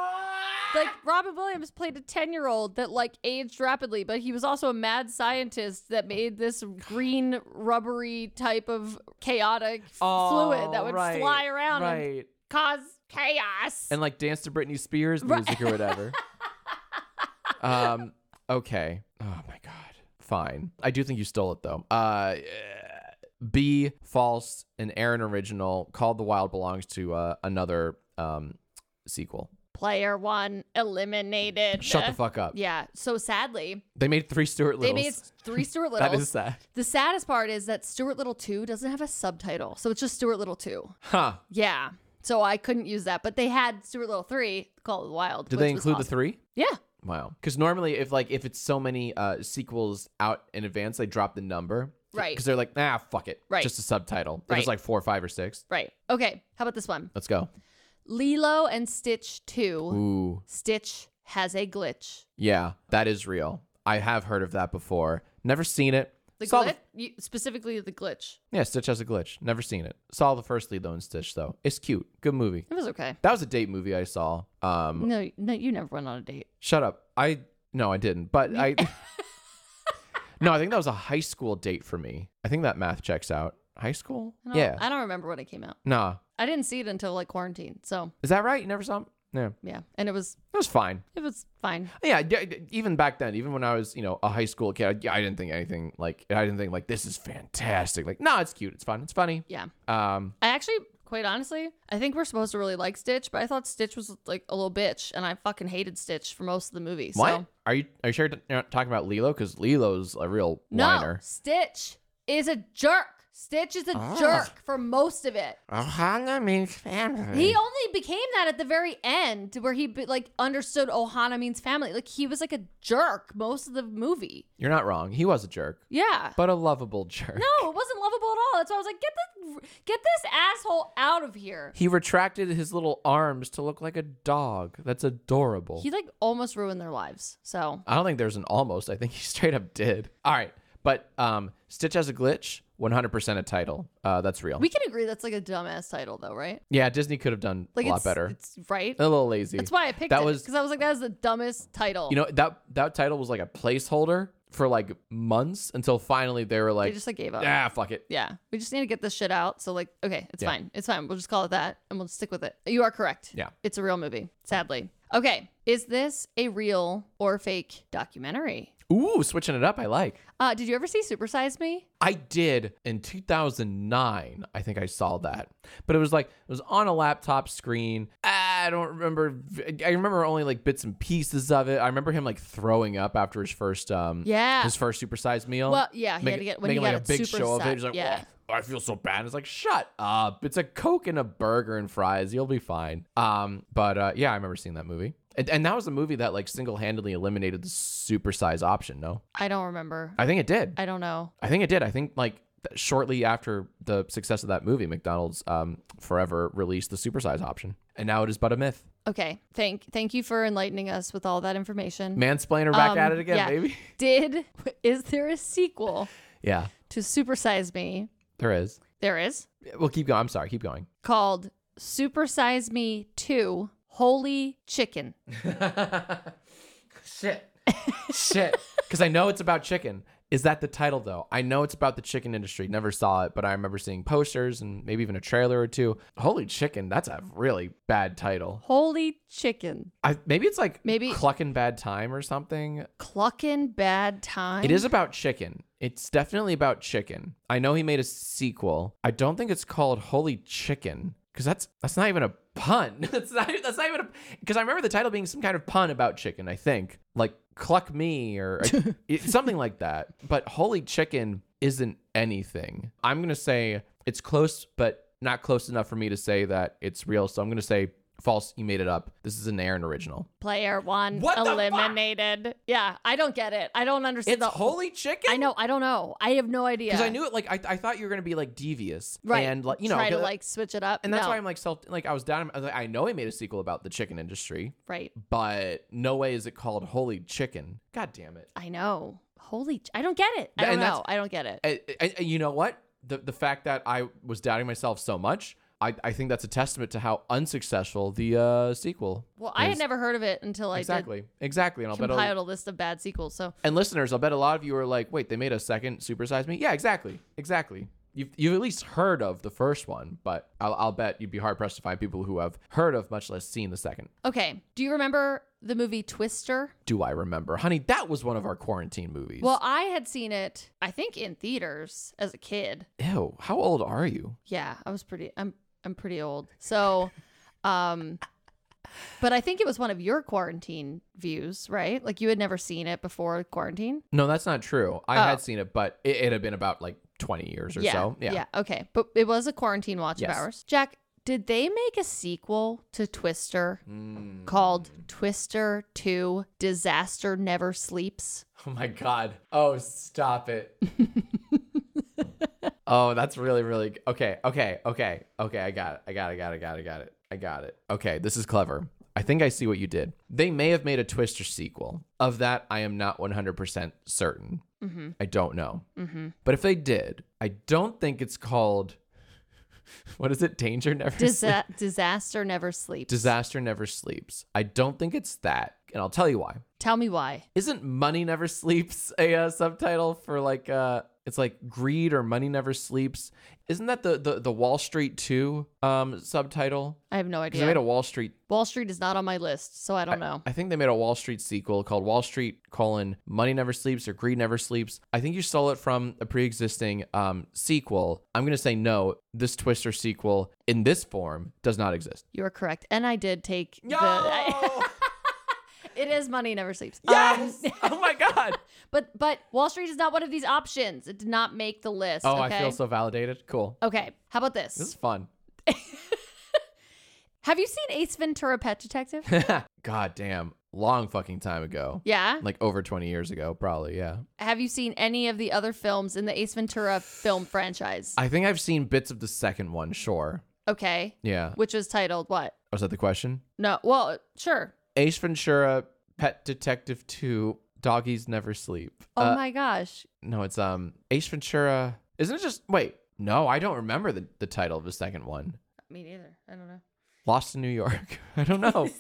[SPEAKER 2] Like Robin Williams played a ten year old that like aged rapidly, but he was also a mad scientist that made this green rubbery type of chaotic fluid that
[SPEAKER 1] Oh,
[SPEAKER 2] would
[SPEAKER 1] right,
[SPEAKER 2] fly around and
[SPEAKER 1] right?
[SPEAKER 2] cause chaos.
[SPEAKER 1] and like dance to Britney Spears
[SPEAKER 2] Right.
[SPEAKER 1] music or whatever. um, okay. Oh my god. Fine. I do think you stole it though. Uh, B false and Aaron original. Called the Wild belongs to uh, another um sequel.
[SPEAKER 2] Player one eliminated.
[SPEAKER 1] Shut the fuck up.
[SPEAKER 2] Yeah. So sadly,
[SPEAKER 1] They made three Stuart
[SPEAKER 2] they
[SPEAKER 1] Littles.
[SPEAKER 2] made three Stuart Littles.
[SPEAKER 1] that is sad.
[SPEAKER 2] the saddest part is that Stuart Little 2 doesn't have a subtitle. So it's just Stuart Little 2.
[SPEAKER 1] Huh?
[SPEAKER 2] Yeah. So I couldn't use that, but they had Stuart Little three, Call of the Wild.
[SPEAKER 1] Did
[SPEAKER 2] which
[SPEAKER 1] they
[SPEAKER 2] was
[SPEAKER 1] include the
[SPEAKER 2] awesome.
[SPEAKER 1] three?
[SPEAKER 2] Yeah.
[SPEAKER 1] Wow. Because normally, if like if it's so many uh sequels out in advance, they drop the number.
[SPEAKER 2] Right.
[SPEAKER 1] Because they're like, nah, fuck it.
[SPEAKER 2] Right.
[SPEAKER 1] Just a subtitle. If
[SPEAKER 2] Right.
[SPEAKER 1] it's like four, five, or six.
[SPEAKER 2] Right. Okay. How about this one?
[SPEAKER 1] Let's go.
[SPEAKER 2] Lilo and Stitch two.
[SPEAKER 1] Ooh,
[SPEAKER 2] Stitch has a glitch.
[SPEAKER 1] yeah, that is real. I have heard of that before. Never seen it.
[SPEAKER 2] The
[SPEAKER 1] Saw
[SPEAKER 2] glitch, you, specifically the glitch.
[SPEAKER 1] yeah, Stitch has a glitch. Never seen it. Saw the first Lilo and Stitch though. It's cute. Good movie.
[SPEAKER 2] It was okay.
[SPEAKER 1] That was a date movie I saw. Um,
[SPEAKER 2] No, no, you never went on a date.
[SPEAKER 1] shut up. I no, I didn't. But I No, I think that was a high school date for me. I think that math checks out. High school?
[SPEAKER 2] I don't,
[SPEAKER 1] Yeah.
[SPEAKER 2] I don't remember when it came out.
[SPEAKER 1] nah.
[SPEAKER 2] I didn't see it until like quarantine. So
[SPEAKER 1] Is that right? You never saw him? Yeah. It
[SPEAKER 2] yeah, and it was
[SPEAKER 1] was fine.
[SPEAKER 2] it was fine.
[SPEAKER 1] Yeah, d- d- even back then, even when I was, you know, a high school kid, I, I didn't think anything like I didn't think like this is fantastic. Like, no, it's cute, it's fun, it's funny.
[SPEAKER 2] Yeah,
[SPEAKER 1] Um,
[SPEAKER 2] I actually quite honestly, I think we're supposed to really like Stitch, but I thought Stitch was like a little bitch, and I fucking hated Stitch for most of the movie.
[SPEAKER 1] what
[SPEAKER 2] So
[SPEAKER 1] are you are you sure you're not talking about Lilo? Because Lilo's a real
[SPEAKER 2] no,
[SPEAKER 1] whiner.
[SPEAKER 2] Stitch is a jerk. Stitch is a
[SPEAKER 1] Ah.
[SPEAKER 2] jerk for most of it.
[SPEAKER 1] Ohana means family.
[SPEAKER 2] He only became that at the very end, where he be- like understood Ohana means family. Like he was like a jerk most of the movie.
[SPEAKER 1] You're not wrong. He was a jerk,
[SPEAKER 2] Yeah.
[SPEAKER 1] but a lovable jerk.
[SPEAKER 2] no, it wasn't lovable at all. That's why I was like, get the get this asshole out of here.
[SPEAKER 1] He retracted his little arms to look like a dog. That's adorable.
[SPEAKER 2] He like almost ruined their lives. So
[SPEAKER 1] I don't think there's an almost. I think he straight up did. All right, but um, Stitch has a glitch. 100% a title. Uh, that's real.
[SPEAKER 2] we can agree that's like a dumbass title though, right?
[SPEAKER 1] yeah, Disney could have done
[SPEAKER 2] Like
[SPEAKER 1] a lot
[SPEAKER 2] it's
[SPEAKER 1] better.
[SPEAKER 2] It's right.
[SPEAKER 1] a little lazy.
[SPEAKER 2] That's why I picked
[SPEAKER 1] that
[SPEAKER 2] it
[SPEAKER 1] was-
[SPEAKER 2] because I was like, that is the dumbest title.
[SPEAKER 1] you know that that title was like a placeholder for like months until finally they were
[SPEAKER 2] they
[SPEAKER 1] like,
[SPEAKER 2] just like gave up.
[SPEAKER 1] ah, fuck it.
[SPEAKER 2] Yeah, we just need to get this shit out. So like, okay, it's
[SPEAKER 1] Yeah.
[SPEAKER 2] fine. It's fine. We'll just call it that, and we'll stick with it. You are correct.
[SPEAKER 1] Yeah.
[SPEAKER 2] it's a real movie. Sadly. Okay, is this a real or fake documentary?
[SPEAKER 1] Ooh, switching it up. I like.
[SPEAKER 2] Uh, did you ever see Supersize Me?
[SPEAKER 1] I did in 2009. I think I saw that, but it was like it was on a laptop screen. Ah, I don't remember. I remember only like bits and pieces of it. I remember him like throwing up after his first um
[SPEAKER 2] Yeah.
[SPEAKER 1] his first supersized meal.
[SPEAKER 2] Well, yeah, he had
[SPEAKER 1] Make-
[SPEAKER 2] to get- when he
[SPEAKER 1] making
[SPEAKER 2] got
[SPEAKER 1] like a
[SPEAKER 2] it
[SPEAKER 1] big show of it.
[SPEAKER 2] supersized,
[SPEAKER 1] He's like,
[SPEAKER 2] yeah.
[SPEAKER 1] "Oh, I feel so bad. It's like, shut up. It's a Coke and a burger and fries. You'll be fine. Um, but uh, yeah, I remember seeing that movie. And, and that was a movie that like single-handedly eliminated the supersize option. No,
[SPEAKER 2] I don't remember.
[SPEAKER 1] I think it did.
[SPEAKER 2] I don't know.
[SPEAKER 1] I think it did. I think like th- shortly after the success of that movie, McDonald's um, forever released the supersize option, and now it is but a myth.
[SPEAKER 2] Okay, thank thank you for enlightening us with all that information.
[SPEAKER 1] Mansplainer back
[SPEAKER 2] Um,
[SPEAKER 1] at it again,
[SPEAKER 2] yeah.
[SPEAKER 1] baby.
[SPEAKER 2] Did is there a sequel
[SPEAKER 1] Yeah,
[SPEAKER 2] to Supersize Me?
[SPEAKER 1] there is.
[SPEAKER 2] There is.
[SPEAKER 1] Well, keep going. I'm sorry. Keep going.
[SPEAKER 2] called Supersize Me 2 Holy Chicken.
[SPEAKER 1] Shit. Shit. Because I know it's about chicken. Is that the title though? I know it's about the chicken industry. Never saw it, but I remember seeing posters and maybe even a trailer or two. Holy chicken! That's a really bad title.
[SPEAKER 2] Holy Chicken.
[SPEAKER 1] I, maybe it's like
[SPEAKER 2] Maybe-
[SPEAKER 1] clucking bad time or something.
[SPEAKER 2] Clucking Bad Time.
[SPEAKER 1] It is about chicken. It's definitely about chicken. I know he made a sequel. I don't think it's called Holy Chicken because that's that's not even a pun. that's not that's not even a because I remember the title being some kind of pun about chicken. I think like cluck me or it- something like that. But Holy Chicken isn't anything. I'm gonna say it's close, but not close enough for me to say that it's real. So I'm gonna say false. You made it up. This is an Aaron original.
[SPEAKER 2] Player one
[SPEAKER 1] What the fuck?
[SPEAKER 2] eliminated. Yeah, I don't get it. I don't understand
[SPEAKER 1] It's
[SPEAKER 2] the
[SPEAKER 1] Holy Chicken.
[SPEAKER 2] I know. I don't know. I have no idea.
[SPEAKER 1] because I knew it. Like I, I thought you were gonna be like devious,
[SPEAKER 2] Right.
[SPEAKER 1] And like you know,
[SPEAKER 2] try to
[SPEAKER 1] uh,
[SPEAKER 2] like switch it up.
[SPEAKER 1] and that's
[SPEAKER 2] No.
[SPEAKER 1] why I'm like self. Like I was down. I, was like, I know he made a sequel about the chicken industry,
[SPEAKER 2] right.
[SPEAKER 1] but no way is it called Holy Chicken. God damn it!
[SPEAKER 2] I know. Holy. Ch- I don't get it. I
[SPEAKER 1] Th-
[SPEAKER 2] don't
[SPEAKER 1] and that's-
[SPEAKER 2] know. I don't get it.
[SPEAKER 1] And, and- and you know what? The the fact that I was doubting myself so much, I, I think that's a testament to how unsuccessful the uh, sequel.
[SPEAKER 2] well, I had
[SPEAKER 1] is.
[SPEAKER 2] never heard of it until I
[SPEAKER 1] exactly exactly. And I'll
[SPEAKER 2] did
[SPEAKER 1] bet a-
[SPEAKER 2] compiled a list of bad sequels. So
[SPEAKER 1] and listeners, I'll bet a lot of you are like, wait, they made a second supersize me? Yeah, exactly, exactly. You've, you've at least heard of the first one, but I'll, I'll bet you'd be hard pressed to find people who have heard of, much less seen the second.
[SPEAKER 2] okay. Do you remember the movie Twister?
[SPEAKER 1] Do I remember, honey? That was one of our quarantine movies.
[SPEAKER 2] Well, I had seen it, I think, in theaters as a kid.
[SPEAKER 1] ew, how old are you?
[SPEAKER 2] Yeah, I was pretty. I'm I'm pretty old. So, um, but I think it was one of your quarantine views, right? Like you had never seen it before quarantine.
[SPEAKER 1] No, that's not true. I
[SPEAKER 2] Oh.
[SPEAKER 1] had seen it, but it, it had been about like twenty years or
[SPEAKER 2] yeah,
[SPEAKER 1] so. Yeah.
[SPEAKER 2] Okay, but it was a quarantine watch
[SPEAKER 1] Yes.
[SPEAKER 2] of ours. Jack, did they make a sequel to Twister
[SPEAKER 1] Mm.
[SPEAKER 2] called Twister Two: Disaster Never Sleeps?
[SPEAKER 1] Oh my god. Oh, stop it. oh, that's really, really okay. Okay, okay, okay. I got it. I got it. I got it. I got it. I got it. I got it. Okay, this is clever. I think I see what you did. They may have made a Twister sequel. Of that, I am not 100% certain.
[SPEAKER 2] Mm-hmm.
[SPEAKER 1] I don't know.
[SPEAKER 2] Mm-hmm.
[SPEAKER 1] But if they did, I don't think it's called What is it? Danger never sleeps.
[SPEAKER 2] Disa- disaster never sleeps.
[SPEAKER 1] Disaster never sleeps. I don't think it's that, and I'll tell you why.
[SPEAKER 2] Tell me why.
[SPEAKER 1] Isn't money never sleeps a uh, subtitle for like uh it's like greed or money never sleeps? Isn't that the the, the Wall Street 2 um subtitle?
[SPEAKER 2] I have no
[SPEAKER 1] 'Cause
[SPEAKER 2] idea.
[SPEAKER 1] they made a Wall Street
[SPEAKER 2] Wall Street is not on my list, so I don't know.
[SPEAKER 1] I think they made a Wall Street sequel called Wall Street colon Money Never Sleeps or Greed Never Sleeps. I think you stole it from a pre-existing um, sequel. I'm gonna say no. This Twister sequel in this form does not exist.
[SPEAKER 2] you are correct. And I did take the. it is money never sleeps. Um,
[SPEAKER 1] yes! oh my god!
[SPEAKER 2] but but Wall Street is not one of these options. It did not make the list.
[SPEAKER 1] Oh,
[SPEAKER 2] okay?
[SPEAKER 1] I feel so validated. Cool.
[SPEAKER 2] Okay. How about this?
[SPEAKER 1] This is fun.
[SPEAKER 2] Have you seen Ace Ventura: Pet Detective?
[SPEAKER 1] god damn, long fucking time ago.
[SPEAKER 2] yeah.
[SPEAKER 1] Like over 20 years ago, probably. Yeah.
[SPEAKER 2] Have you seen any of the other films in the Ace Ventura film franchise?
[SPEAKER 1] I think I've seen bits of the second one. Sure.
[SPEAKER 2] okay.
[SPEAKER 1] Yeah.
[SPEAKER 2] Which was titled what?
[SPEAKER 1] Was that the question?
[SPEAKER 2] No. Well, sure.
[SPEAKER 1] Ace Ventura, Pet Detective 2, Doggies Never Sleep.
[SPEAKER 2] Oh
[SPEAKER 1] Uh,
[SPEAKER 2] my gosh.
[SPEAKER 1] no, it's um Ace Ventura. Isn't it just wait, no, I don't remember the, the title of the second one.
[SPEAKER 2] Me neither. I don't know.
[SPEAKER 1] Lost in New York. I don't know.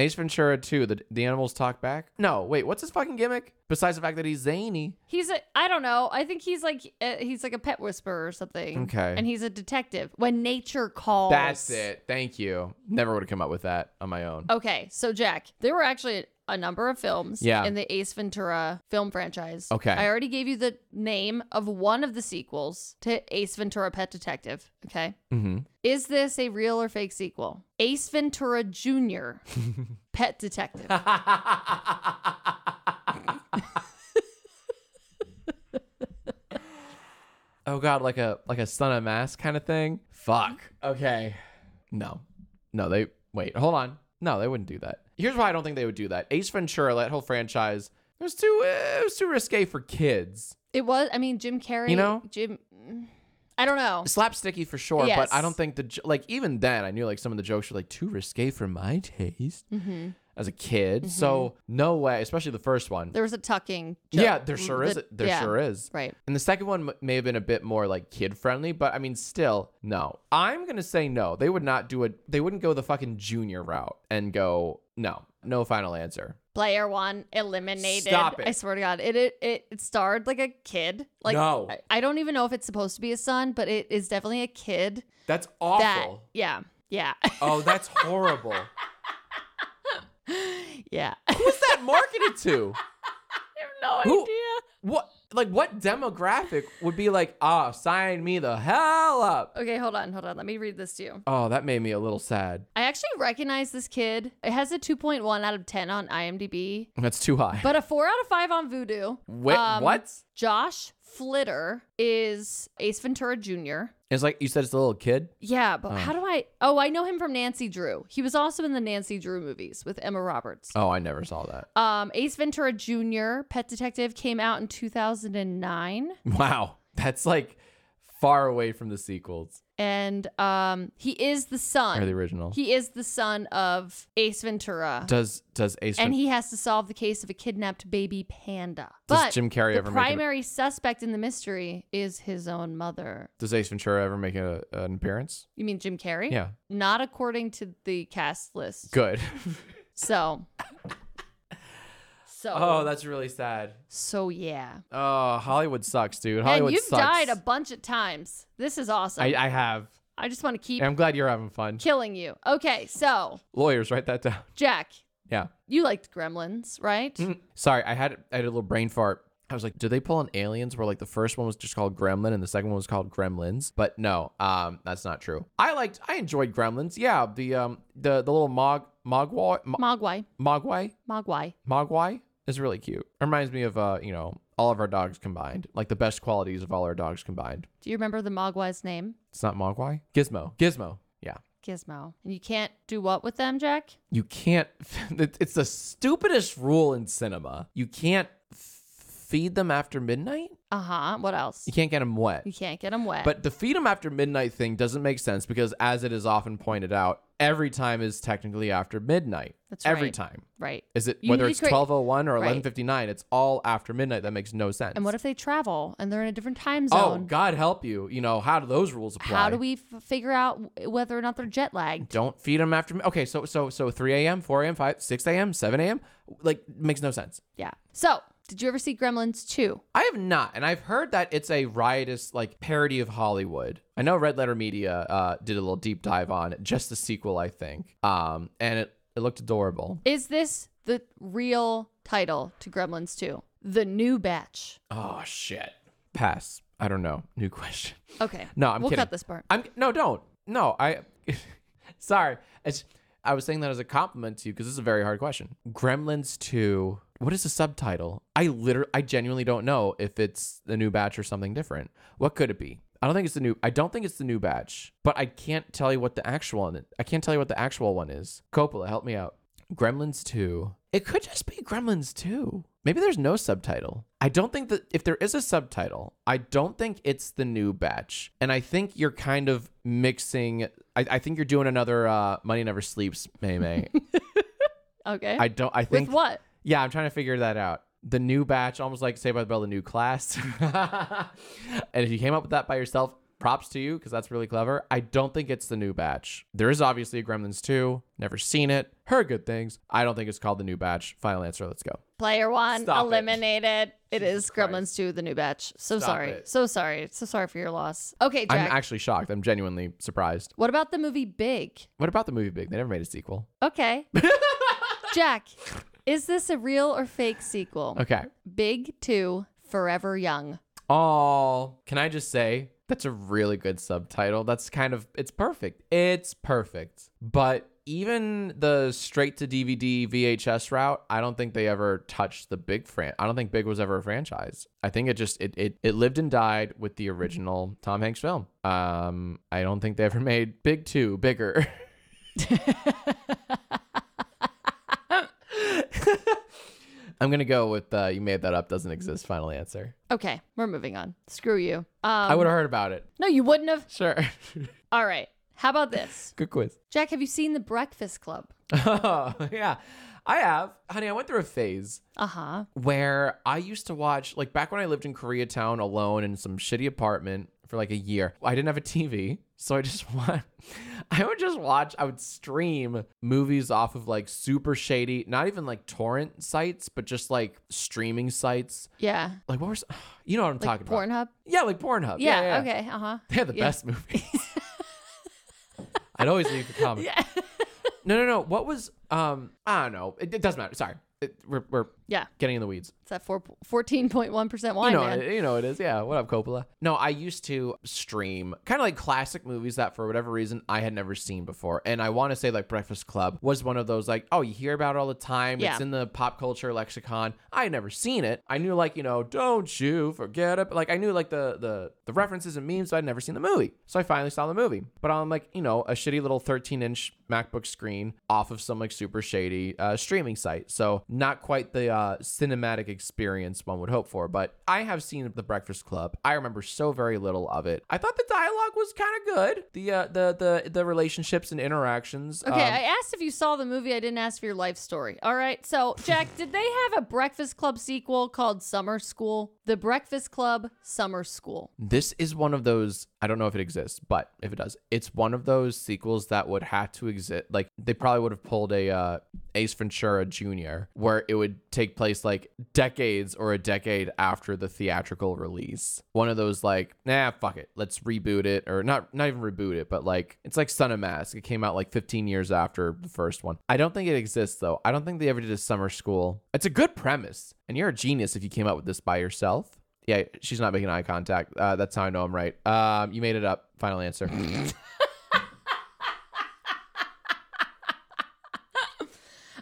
[SPEAKER 1] Ace Ventura 2, the the animals talk back? No, wait, what's his fucking gimmick? Besides the fact that he's zany.
[SPEAKER 2] He's a. I don't know. I think he's like uh, he's like a pet whisperer or something.
[SPEAKER 1] Okay.
[SPEAKER 2] And he's a detective. When nature calls.
[SPEAKER 1] That's it. Thank you. Never would have come up with that on my own.
[SPEAKER 2] Okay, so Jack, there were actually a number of films
[SPEAKER 1] Yeah.
[SPEAKER 2] in the Ace Ventura film franchise.
[SPEAKER 1] Okay.
[SPEAKER 2] I already gave you the name of one of the sequels to Ace Ventura Pet Detective. Okay.
[SPEAKER 1] Mhm.
[SPEAKER 2] Is this a real or fake sequel? Ace Ventura Jr. Pet Detective.
[SPEAKER 1] oh god, like a like a son of mass kind of thing. Fuck. Okay. No. No, they wait, hold on. No, they wouldn't do that. Here's why I don't think they would do that. Ace Ventura, that whole franchise, it was too eh, it was too risque for kids.
[SPEAKER 2] It was, I mean, Jim Carrey.
[SPEAKER 1] You know?
[SPEAKER 2] Jim. I don't know.
[SPEAKER 1] Slapsticky for sure,
[SPEAKER 2] Yes.
[SPEAKER 1] but I don't think the jo- like even then I knew like some of the jokes were like too risque for my taste
[SPEAKER 2] Mm-hmm.
[SPEAKER 1] as a kid. So no way, especially the first one.
[SPEAKER 2] There was a tucking. joke.
[SPEAKER 1] yeah, there sure is.
[SPEAKER 2] The-
[SPEAKER 1] There
[SPEAKER 2] yeah,
[SPEAKER 1] sure is.
[SPEAKER 2] Right.
[SPEAKER 1] And the second one m- may have been a bit more like kid friendly, but I mean, still, no. I'm gonna say no. They would not do it. They wouldn't go the fucking junior route and go no, no final answer.
[SPEAKER 2] Player one eliminated.
[SPEAKER 1] Stop it.
[SPEAKER 2] I swear to God, it it, it, it starred like a kid. Like
[SPEAKER 1] No.
[SPEAKER 2] I, I don't even know if it's supposed to be a son, but it is definitely a kid.
[SPEAKER 1] That's
[SPEAKER 2] That yeah yeah
[SPEAKER 1] oh, that's horrible. Who
[SPEAKER 2] yeah.
[SPEAKER 1] was that marketed to?
[SPEAKER 2] I have no
[SPEAKER 1] Who-
[SPEAKER 2] idea.
[SPEAKER 1] What like what demographic would be like? Ah, sign me the hell up.
[SPEAKER 2] Okay, hold on, hold on. Let me read this to you.
[SPEAKER 1] Oh, that made me a little sad.
[SPEAKER 2] I actually recognize this kid. It has a 2.1 out of 10 on IMDb,
[SPEAKER 1] That's too high.
[SPEAKER 2] but a 4 out of 5 on Voodoo.
[SPEAKER 1] Wait,
[SPEAKER 2] Um,
[SPEAKER 1] what?
[SPEAKER 2] Josh Flitter is Ace Ventura Jr.
[SPEAKER 1] It's like you said, it's a little kid.
[SPEAKER 2] Yeah, but how do I? Oh, I know him from Nancy Drew. He was also in the Nancy Drew movies with Emma Roberts.
[SPEAKER 1] Oh, I never saw that.
[SPEAKER 2] Um, Ace Ventura Jr. Pet Detective came out in 2009,
[SPEAKER 1] Wow, that's like far away from the sequels
[SPEAKER 2] and um, he is the
[SPEAKER 1] or the
[SPEAKER 2] son.
[SPEAKER 1] original.
[SPEAKER 2] He is the son of Ace Ventura,
[SPEAKER 1] does does Ace
[SPEAKER 2] and
[SPEAKER 1] Ven-
[SPEAKER 2] he has to solve the case of a kidnapped baby panda.
[SPEAKER 1] Does
[SPEAKER 2] But
[SPEAKER 1] Jim Carrey
[SPEAKER 2] the
[SPEAKER 1] ever make an-
[SPEAKER 2] primary suspect in the mystery is his own mother.
[SPEAKER 1] does Ace Ventura ever make a, an appearance?
[SPEAKER 2] You mean Jim Carrey?
[SPEAKER 1] Yeah,
[SPEAKER 2] Not according to the cast list.
[SPEAKER 1] good.
[SPEAKER 2] So. So.
[SPEAKER 1] oh, that's really sad.
[SPEAKER 2] So yeah.
[SPEAKER 1] Oh, Hollywood sucks, dude.
[SPEAKER 2] And
[SPEAKER 1] Hollywood
[SPEAKER 2] you've
[SPEAKER 1] sucks.
[SPEAKER 2] died a bunch of times. This is awesome.
[SPEAKER 1] I,
[SPEAKER 2] I,
[SPEAKER 1] I have.
[SPEAKER 2] just want to keep
[SPEAKER 1] And I'm glad you're having fun.
[SPEAKER 2] killing you. Okay, so
[SPEAKER 1] Lawyers, write that down.
[SPEAKER 2] Jack,
[SPEAKER 1] Yeah.
[SPEAKER 2] you liked Gremlins, right?
[SPEAKER 1] Mm. Sorry, I had I had a little brain fart. I was like, did they pull on aliens where like the first one was just called Gremlin and the second one was called Gremlins? But no, um, that's not true. I liked I enjoyed Gremlins. Yeah, the um the the little Mog Mogwai Mo-
[SPEAKER 2] Mogwai,
[SPEAKER 1] Mogwai
[SPEAKER 2] Mogwai.
[SPEAKER 1] Mogwai is really cute. Reminds me of uh, you know, all of our dogs combined. Like the best qualities of all our dogs combined.
[SPEAKER 2] Do you remember the Mogwai's name?
[SPEAKER 1] It's not Mogwai. Gizmo. Gizmo. Yeah.
[SPEAKER 2] Gizmo. And you can't do what with them, Jack?
[SPEAKER 1] You can't it- it's the stupidest rule in cinema. You can't f- feed them after midnight?
[SPEAKER 2] Uh huh. What else?
[SPEAKER 1] You can't get them wet.
[SPEAKER 2] You can't get them wet.
[SPEAKER 1] But the feed 'em after midnight thing doesn't make sense because, as it is often pointed out, every time is technically after midnight.
[SPEAKER 2] That's
[SPEAKER 1] every
[SPEAKER 2] right.
[SPEAKER 1] time.
[SPEAKER 2] right.
[SPEAKER 1] Is it
[SPEAKER 2] You
[SPEAKER 1] whether
[SPEAKER 2] need to
[SPEAKER 1] it's
[SPEAKER 2] create-
[SPEAKER 1] twelve oh one or
[SPEAKER 2] Right.
[SPEAKER 1] eleven fifty nine? It's all after midnight. That makes no sense.
[SPEAKER 2] And what if they travel and they're in a different time
[SPEAKER 1] oh,
[SPEAKER 2] zone?
[SPEAKER 1] God help you! You know how do those rules apply?
[SPEAKER 2] How do we f- figure out w- whether or not they're jet lagged?
[SPEAKER 1] Don't feed them after. mi- Okay, so so so three a.m., four a.m., five, six a.m., seven a.m. Like makes no sense.
[SPEAKER 2] Yeah. So, did you ever see Gremlins 2?
[SPEAKER 1] I have not, and I've heard that it's a riotous like parody of Hollywood. I know Red Letter Media uh, did a little deep dive on it, just the sequel, I think, um, and it, it looked adorable.
[SPEAKER 2] Is this the real title to Gremlins 2? The New Batch.
[SPEAKER 1] Oh shit, pass. I don't know. New question.
[SPEAKER 2] Okay.
[SPEAKER 1] No, I'm
[SPEAKER 2] we'll
[SPEAKER 1] kidding.
[SPEAKER 2] cut this part.
[SPEAKER 1] I'm no, don't no. I sorry. It's, I was saying that as a compliment to you because this is a very hard question. Gremlins Two. What is the subtitle? I literally, I genuinely don't know if it's the new batch or something different. What could it be? I don't think it's the new. I don't think it's the new batch, but I can't tell you what the actual one. I can't tell you what the actual one is. Coppola, help me out. Gremlins 2. It could just be Gremlins 2. Maybe there's no subtitle. I don't think that if there is a subtitle, I don't think it's the new batch. And I think you're kind of mixing. I, I think you're doing another uh, Money Never Sleeps, May May.
[SPEAKER 2] Okay.
[SPEAKER 1] I don't. I
[SPEAKER 2] With
[SPEAKER 1] think.
[SPEAKER 2] what?
[SPEAKER 1] Yeah, I'm trying to figure that out. The new batch, almost like Say by the Bell, the new class. and if you came up with that by yourself, props to you because that's really clever. I don't think it's the new batch. There is obviously a Gremlins 2. Never seen it. Heard good things. I don't think it's called the new batch. Final answer. Let's go.
[SPEAKER 2] Player one
[SPEAKER 1] Stop it.
[SPEAKER 2] eliminated. it is
[SPEAKER 1] Jesus Christ.
[SPEAKER 2] Gremlins 2, The New Batch. So
[SPEAKER 1] Stop
[SPEAKER 2] sorry.
[SPEAKER 1] it.
[SPEAKER 2] So sorry. So sorry for your loss. Okay, Jack.
[SPEAKER 1] I'm actually shocked. I'm genuinely surprised.
[SPEAKER 2] what about the movie Big?
[SPEAKER 1] What about the movie Big? They never made a sequel.
[SPEAKER 2] Okay. Jack, is this a real or fake sequel?
[SPEAKER 1] Okay.
[SPEAKER 2] Big 2, Forever Young.
[SPEAKER 1] Oh, can I just say that's a really good subtitle? That's kind of it's perfect. It's perfect. But even the straight to DVD VHS route, I don't think they ever touched the big fran. I don't think Big was ever a franchise. I think it just it it, it lived and died with the original Tom Hanks film. Um, I don't think they ever made Big Two bigger. I'm gonna go with uh, you made that up doesn't exist. Final answer.
[SPEAKER 2] Okay, we're moving on. Screw you. Um,
[SPEAKER 1] I would have heard about it.
[SPEAKER 2] no, you wouldn't have.
[SPEAKER 1] Sure.
[SPEAKER 2] All right. How about this?
[SPEAKER 1] Good quiz.
[SPEAKER 2] Jack, have you seen The Breakfast Club?
[SPEAKER 1] Oh, yeah. I have. Honey, I went through a phase
[SPEAKER 2] Uh
[SPEAKER 1] Uh-huh.
[SPEAKER 2] huh.
[SPEAKER 1] where I used to watch, like, back when I lived in Koreatown alone in some shitty apartment for like a year, I didn't have a TV. So I just want, I would just watch, I would stream movies off of like super shady, not even like torrent sites, but just like streaming sites.
[SPEAKER 2] Yeah.
[SPEAKER 1] Like, what was, you know what I'm talking about?
[SPEAKER 2] Pornhub?
[SPEAKER 1] Yeah, like Pornhub.
[SPEAKER 2] Yeah, Okay. Uh huh.
[SPEAKER 1] They had the
[SPEAKER 2] Yeah.
[SPEAKER 1] best movies. I'd always leave the comment.
[SPEAKER 2] Yeah.
[SPEAKER 1] No, no, no. What was um? I don't know. It, it doesn't matter. Sorry, it, we're we're
[SPEAKER 2] Yeah.
[SPEAKER 1] getting in the weeds.
[SPEAKER 2] It's that four, 14.1% wine,
[SPEAKER 1] You know,
[SPEAKER 2] man.
[SPEAKER 1] it, you know it is. Yeah. What up, Coppola? No, I used to stream kind of like classic movies that for whatever reason I had never seen before, and I want to say like Breakfast Club was one of those like oh you hear about it all the time.
[SPEAKER 2] Yeah.
[SPEAKER 1] It's in the pop culture lexicon. I had never seen it. I knew like you know don't you forget it. Like I knew like the the the references and memes, but I'd never seen the movie. So I finally saw the movie, but on like you know a shitty little 13 inch MacBook screen off of some like super shady uh, streaming site. So not quite the uh, cinematic experience one would hope for. But I have seen The Breakfast Club. I remember so very little of it. I thought the dialogue was kind of good. The uh, the the the relationships and interactions.
[SPEAKER 2] Okay,
[SPEAKER 1] um,
[SPEAKER 2] I asked if you saw the movie. I didn't ask for your life story. All right. So, Jack, did they have a Breakfast Club sequel called Summer School? The Breakfast Club Summer School.
[SPEAKER 1] This is one of those. I don't know if it exists, but if it does, it's one of those sequels that would have to exist. Like they probably would have pulled a uh, Ace Ventura Jr., where it would take place like decades or a decade after the theatrical release. One of those like, nah, fuck it, let's reboot it, or not, not even reboot it, but like it's like Son of Mask. It came out like 15 years after the first one. I don't think it exists though. I don't think they ever did a summer school. It's a good premise, and you're a genius if you came up with this by yourself. Yeah, she's not making eye contact. Uh, that's how I know I'm right. Um, you made it up. Final answer.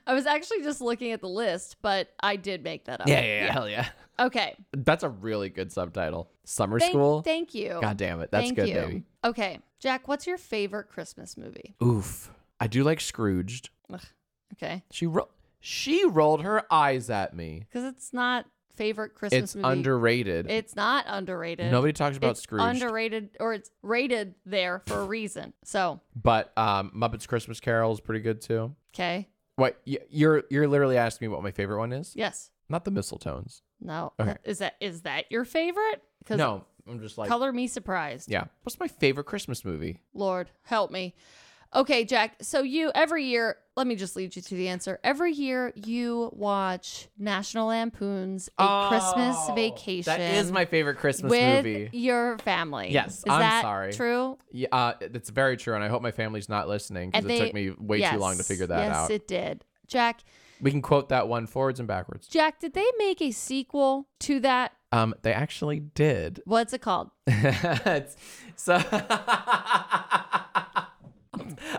[SPEAKER 2] I was actually just looking at the list, but I did make that up.
[SPEAKER 1] hell yeah.
[SPEAKER 2] Okay.
[SPEAKER 1] That's a really good subtitle. Summer
[SPEAKER 2] Thank,
[SPEAKER 1] school.
[SPEAKER 2] thank you.
[SPEAKER 1] God damn it, that's
[SPEAKER 2] thank
[SPEAKER 1] good,
[SPEAKER 2] you.
[SPEAKER 1] baby.
[SPEAKER 2] Okay, Jack, what's your favorite Christmas movie?
[SPEAKER 1] Oof. I do like Scrooged.
[SPEAKER 2] Okay,
[SPEAKER 1] She ro- she rolled her eyes at me.
[SPEAKER 2] because it's not favorite Christmas
[SPEAKER 1] It's
[SPEAKER 2] movie.
[SPEAKER 1] underrated.
[SPEAKER 2] it's not underrated.
[SPEAKER 1] Nobody talks about
[SPEAKER 2] it's
[SPEAKER 1] Scrooge,
[SPEAKER 2] underrated or it's rated there for a reason. So,
[SPEAKER 1] but um, Muppets Christmas Carol is pretty good too.
[SPEAKER 2] okay.
[SPEAKER 1] What y- you're you're literally asking me what my favorite one is?
[SPEAKER 2] Yes.
[SPEAKER 1] Not the mistletones.
[SPEAKER 2] No.
[SPEAKER 1] Okay.
[SPEAKER 2] Is that is that your favorite? Because
[SPEAKER 1] No, I'm just like
[SPEAKER 2] color me surprised.
[SPEAKER 1] yeah. What's my favorite Christmas movie?
[SPEAKER 2] Lord, help me. Okay, Jack. So you every year, let me just lead you to the answer. Every year you watch National Lampoon's A Christmas
[SPEAKER 1] Oh,
[SPEAKER 2] Vacation
[SPEAKER 1] That is my favorite Christmas
[SPEAKER 2] with
[SPEAKER 1] movie.
[SPEAKER 2] your family.
[SPEAKER 1] Yes,
[SPEAKER 2] is
[SPEAKER 1] I'm
[SPEAKER 2] that
[SPEAKER 1] sorry.
[SPEAKER 2] True.
[SPEAKER 1] Yeah, uh, that's very true, and I hope my family's not listening because
[SPEAKER 2] And
[SPEAKER 1] it
[SPEAKER 2] they-
[SPEAKER 1] took me way too long to
[SPEAKER 2] Yes,
[SPEAKER 1] figure that
[SPEAKER 2] yes,
[SPEAKER 1] out.
[SPEAKER 2] it did. Jack,
[SPEAKER 1] we can quote that one forwards and backwards.
[SPEAKER 2] Jack, did they make a sequel to that?
[SPEAKER 1] Um, they actually did.
[SPEAKER 2] What's it called?
[SPEAKER 1] It's- so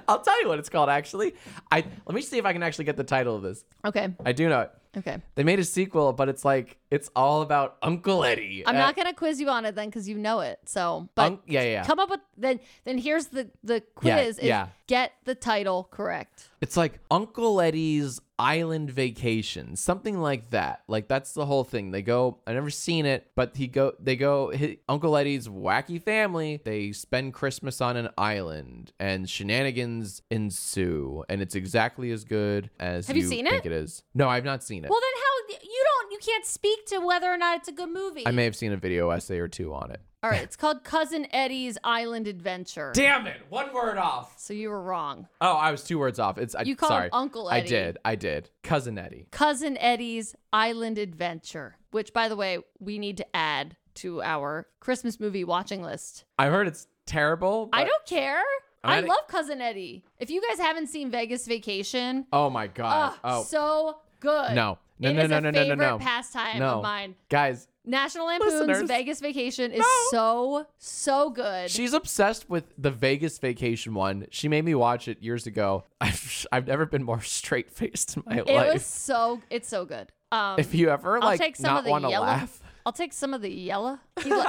[SPEAKER 1] I'll tell you what it's called. Actually, I let me see if I can actually get the title of this.
[SPEAKER 2] Okay.
[SPEAKER 1] I do know it.
[SPEAKER 2] Okay.
[SPEAKER 1] They made a sequel, but it's like it's all about Uncle Eddie.
[SPEAKER 2] I'm
[SPEAKER 1] Uh,
[SPEAKER 2] not gonna quiz you on it then because you know it. So but
[SPEAKER 1] Unc- yeah, yeah, yeah.
[SPEAKER 2] come up with then then here's the the
[SPEAKER 1] Yeah,
[SPEAKER 2] quiz is
[SPEAKER 1] yeah.
[SPEAKER 2] get the title correct.
[SPEAKER 1] It's like Uncle Eddie's Island Vacation, something like that. Like that's the whole thing. They go. I've never seen it, but he go. They go. hi Uncle Eddie's wacky family. They spend Christmas on an island, and shenanigans ensue. And it's exactly as good as
[SPEAKER 2] Have you seen it?
[SPEAKER 1] think it is. No, I've not seen it.
[SPEAKER 2] Well then how you don't you can't speak to whether or not it's a good movie.
[SPEAKER 1] I may have seen a video essay or two on it.
[SPEAKER 2] All right, it's called Cousin Eddie's Island Adventure.
[SPEAKER 1] Damn it! One word off.
[SPEAKER 2] So you were wrong.
[SPEAKER 1] Oh, I was two words off. It's I,
[SPEAKER 2] You called
[SPEAKER 1] sorry.
[SPEAKER 2] Uncle
[SPEAKER 1] I
[SPEAKER 2] Eddie.
[SPEAKER 1] did. I did. Cousin Eddie.
[SPEAKER 2] Cousin Eddie's Island Adventure, which by the way, we need to add to our Christmas movie watching list.
[SPEAKER 1] I heard it's terrible.
[SPEAKER 2] I
[SPEAKER 1] but-
[SPEAKER 2] don't care. I
[SPEAKER 1] I-
[SPEAKER 2] love Cousin Eddie. If you guys haven't seen Vegas Vacation,
[SPEAKER 1] Oh my god.
[SPEAKER 2] Ugh,
[SPEAKER 1] oh
[SPEAKER 2] so good.
[SPEAKER 1] No. No,
[SPEAKER 2] Uh, It
[SPEAKER 1] no,
[SPEAKER 2] is
[SPEAKER 1] no,
[SPEAKER 2] a
[SPEAKER 1] no, no, no,
[SPEAKER 2] favorite
[SPEAKER 1] no.
[SPEAKER 2] pastime
[SPEAKER 1] no.
[SPEAKER 2] of mine.
[SPEAKER 1] Guys,
[SPEAKER 2] National Lampoon's
[SPEAKER 1] Listeners.
[SPEAKER 2] Vegas Vacation is
[SPEAKER 1] No.
[SPEAKER 2] so so good.
[SPEAKER 1] she's obsessed with the Vegas vacation one. She made me watch it years ago. I've, I've never been more straight faced in my
[SPEAKER 2] it
[SPEAKER 1] life.
[SPEAKER 2] was so it's so good. Um,
[SPEAKER 1] if you ever
[SPEAKER 2] I'll
[SPEAKER 1] like
[SPEAKER 2] take some
[SPEAKER 1] not
[SPEAKER 2] of the
[SPEAKER 1] want to
[SPEAKER 2] yellow.
[SPEAKER 1] laugh,
[SPEAKER 2] I'll take some of the yellow. You lo-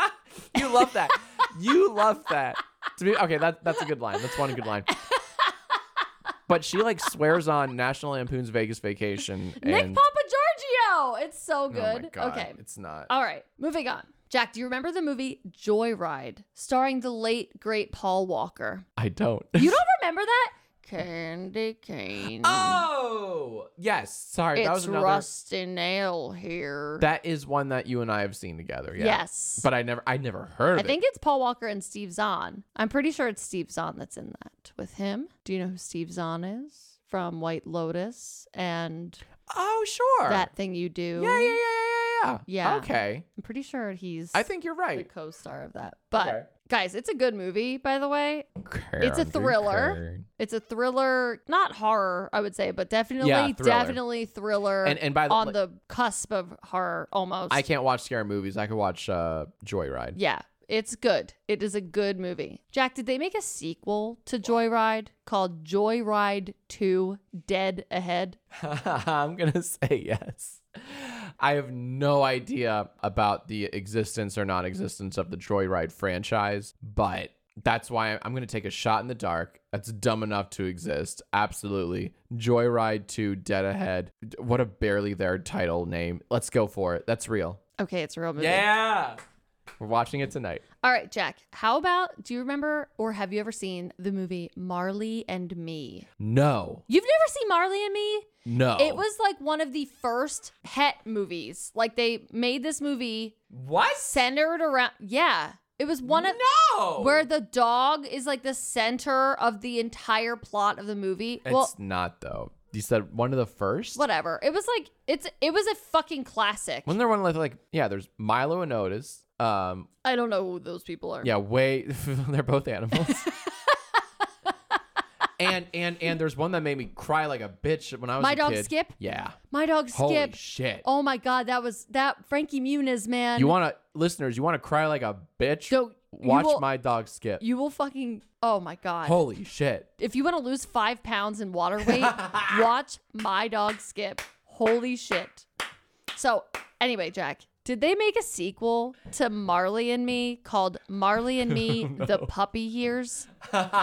[SPEAKER 1] you love that. you love that. To be, okay, that, that's a good line. That's one good line. But she like swears on National Lampoon's Vegas Vacation.
[SPEAKER 2] Nick
[SPEAKER 1] and,
[SPEAKER 2] Papa Giorgio. It's so
[SPEAKER 1] Oh my
[SPEAKER 2] good.
[SPEAKER 1] God,
[SPEAKER 2] okay.
[SPEAKER 1] it's not.
[SPEAKER 2] All right. Moving on. Jack, do you remember the movie Joyride starring the late great Paul Walker?
[SPEAKER 1] I don't.
[SPEAKER 2] You don't remember that? Candy cane.
[SPEAKER 1] oh yes, sorry. that was
[SPEAKER 2] it's
[SPEAKER 1] another.
[SPEAKER 2] Rusty Nail here.
[SPEAKER 1] That is one that you and I have seen together. Yeah.
[SPEAKER 2] Yes.
[SPEAKER 1] But I never, I never heard of
[SPEAKER 2] I think it's Paul Walker and Steve Zahn. I'm pretty sure it's Steve Zahn that's in that with him. Do you know who Steve Zahn is from White Lotus and
[SPEAKER 1] it. Oh, sure.
[SPEAKER 2] that thing you do?
[SPEAKER 1] yeah, yeah, yeah, yeah, yeah, yeah.
[SPEAKER 2] Yeah.
[SPEAKER 1] Okay.
[SPEAKER 2] I'm pretty sure he's
[SPEAKER 1] I think you're
[SPEAKER 2] the
[SPEAKER 1] right.
[SPEAKER 2] co-star of that. But
[SPEAKER 1] Okay.
[SPEAKER 2] guys, it's a good movie, by the way. It's a
[SPEAKER 1] Karen,
[SPEAKER 2] thriller.
[SPEAKER 1] Karen.
[SPEAKER 2] It's a thriller, not horror, I would say, but definitely,
[SPEAKER 1] Yeah, thriller.
[SPEAKER 2] definitely thriller.
[SPEAKER 1] And and by the,
[SPEAKER 2] on
[SPEAKER 1] like,
[SPEAKER 2] the cusp of horror, almost.
[SPEAKER 1] I can't watch scary movies. I can watch uh, Joyride.
[SPEAKER 2] Yeah, it's good. It is a good movie. Jack, did they make a sequel to Joyride called Joyride 2 Dead Ahead?
[SPEAKER 1] I'm gonna say yes. I have no idea about the existence or non-existence of the Joyride franchise, but that's why I'm gonna take a shot in the dark. That's dumb enough to exist. Absolutely, Joyride Two, Dead Ahead. What a barely there title name. Let's go for it. That's real.
[SPEAKER 2] Okay, it's a real movie.
[SPEAKER 1] Yeah, we're watching it tonight.
[SPEAKER 2] All right, Jack, how about do you remember or have you ever seen the movie Marley and Me?
[SPEAKER 1] No,
[SPEAKER 2] You've never seen Marley and Me?
[SPEAKER 1] no.
[SPEAKER 2] It was like one of the first het movies. Like they made this movie
[SPEAKER 1] what?
[SPEAKER 2] centered around yeah. It was one of
[SPEAKER 1] No.
[SPEAKER 2] where the dog is like the center of the entire plot of the movie.
[SPEAKER 1] It's
[SPEAKER 2] well,
[SPEAKER 1] not though. You said one of the first.
[SPEAKER 2] whatever. It was like it's it was a fucking classic.
[SPEAKER 1] Wasn't there one like like yeah? There's Milo and Otis. Um,
[SPEAKER 2] I don't know who those people are.
[SPEAKER 1] yeah, way they're both animals. and and and there's one that made me cry like a bitch when I was
[SPEAKER 2] My
[SPEAKER 1] a
[SPEAKER 2] dog
[SPEAKER 1] kid.
[SPEAKER 2] Skip?
[SPEAKER 1] Yeah,
[SPEAKER 2] My dog
[SPEAKER 1] holy
[SPEAKER 2] Skip.
[SPEAKER 1] shit!
[SPEAKER 2] oh my god, that was that Frankie Muniz man.
[SPEAKER 1] you want to listeners? You want to cry like a bitch?
[SPEAKER 2] So, you
[SPEAKER 1] Watch
[SPEAKER 2] will-
[SPEAKER 1] my dog Skip.
[SPEAKER 2] you will fucking oh my god.
[SPEAKER 1] holy shit!
[SPEAKER 2] if you want to lose five pounds in water weight, watch my dog Skip. Holy shit. So anyway, Jack. Did they make a sequel to Marley and Me called Marley and Me: The Puppy Years?
[SPEAKER 1] oh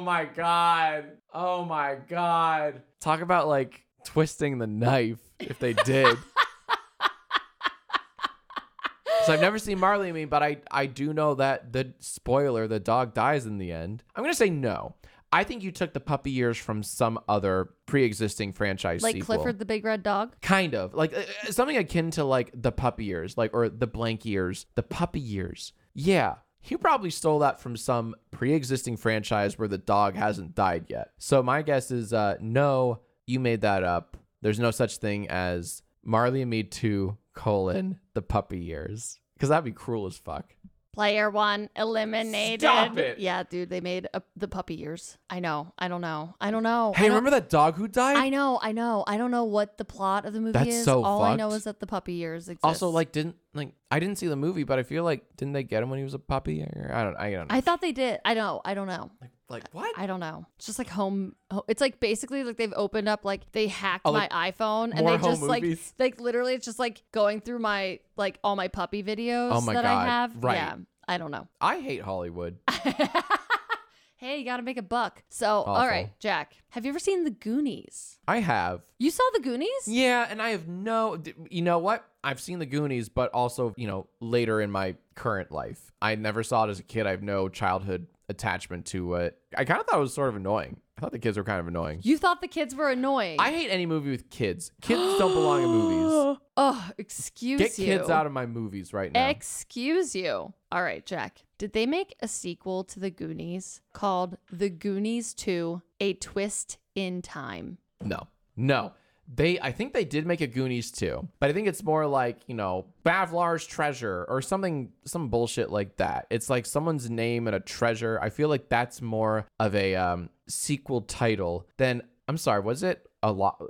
[SPEAKER 1] my god! Oh my god! Talk about like twisting the knife if they did. So I've never seen Marley and Me, but I I do know that the spoiler, the dog dies in the end. I'm gonna say no. I think you took the puppy years from some other pre-existing franchise
[SPEAKER 2] like
[SPEAKER 1] sequel.
[SPEAKER 2] Clifford the Big Red Dog.
[SPEAKER 1] Kind of like uh, uh, something akin to like the puppy years, like or the blank years, the puppy years. Yeah, he probably stole that from some pre-existing franchise where the dog hasn't died yet. So my guess is uh, no, you made that up. There's no such thing as Marley and Me Two colon the puppy years because that'd be cruel as fuck.
[SPEAKER 2] Player one eliminated.
[SPEAKER 1] Stop it.
[SPEAKER 2] Yeah, dude, they made uh the puppy years. I know. I don't know. I don't know.
[SPEAKER 1] Hey,
[SPEAKER 2] I don't-
[SPEAKER 1] remember that dog who died?
[SPEAKER 2] I know, I know. I don't know what the plot of the movie
[SPEAKER 1] That's
[SPEAKER 2] is.
[SPEAKER 1] so
[SPEAKER 2] All I know
[SPEAKER 1] fucked.
[SPEAKER 2] is that the puppy years exist.
[SPEAKER 1] also, like, didn't like I didn't see the movie, but I feel like didn't they get him when he was a puppy? Or, I don't. I don't. Know.
[SPEAKER 2] I thought they did. I know. I don't know.
[SPEAKER 1] like, like what?
[SPEAKER 2] I don't know. It's just like home. ho- It's like basically like they've opened up like they hacked
[SPEAKER 1] Oh,
[SPEAKER 2] my
[SPEAKER 1] like
[SPEAKER 2] iPhone and
[SPEAKER 1] more
[SPEAKER 2] they
[SPEAKER 1] home
[SPEAKER 2] just like
[SPEAKER 1] movies?
[SPEAKER 2] like literally it's just like going through my like all my puppy videos
[SPEAKER 1] Oh my
[SPEAKER 2] that I
[SPEAKER 1] God.
[SPEAKER 2] have.
[SPEAKER 1] Right.
[SPEAKER 2] Yeah. I don't know.
[SPEAKER 1] I hate Hollywood.
[SPEAKER 2] hey, you got to make a buck. So, all right,
[SPEAKER 1] Awful.
[SPEAKER 2] Jack. Have you ever seen The Goonies?
[SPEAKER 1] I have.
[SPEAKER 2] You saw The Goonies?
[SPEAKER 1] Yeah, and I have no. d- You know what? I've seen the Goonies, but also, you know, later in my current life. I never saw it as a kid. I have no childhood attachment to it. I kind of thought it was sort of annoying. I thought the kids were kind of annoying.
[SPEAKER 2] You thought the kids were annoying.
[SPEAKER 1] I hate any movie with kids. Kids don't belong in movies.
[SPEAKER 2] Oh, excuse
[SPEAKER 1] Get
[SPEAKER 2] you.
[SPEAKER 1] kids out of my movies right now.
[SPEAKER 2] Excuse you. All right, Jack. Did they make a sequel to The Goonies called The Goonies 2 A Twist in Time?
[SPEAKER 1] No, no. They, I think they did make a Goonies too, but I think it's more like you know Bavlar's treasure or something, some bullshit like that. It's like someone's name and a treasure. I feel like that's more of a um, sequel title than. I'm sorry, was it a lot?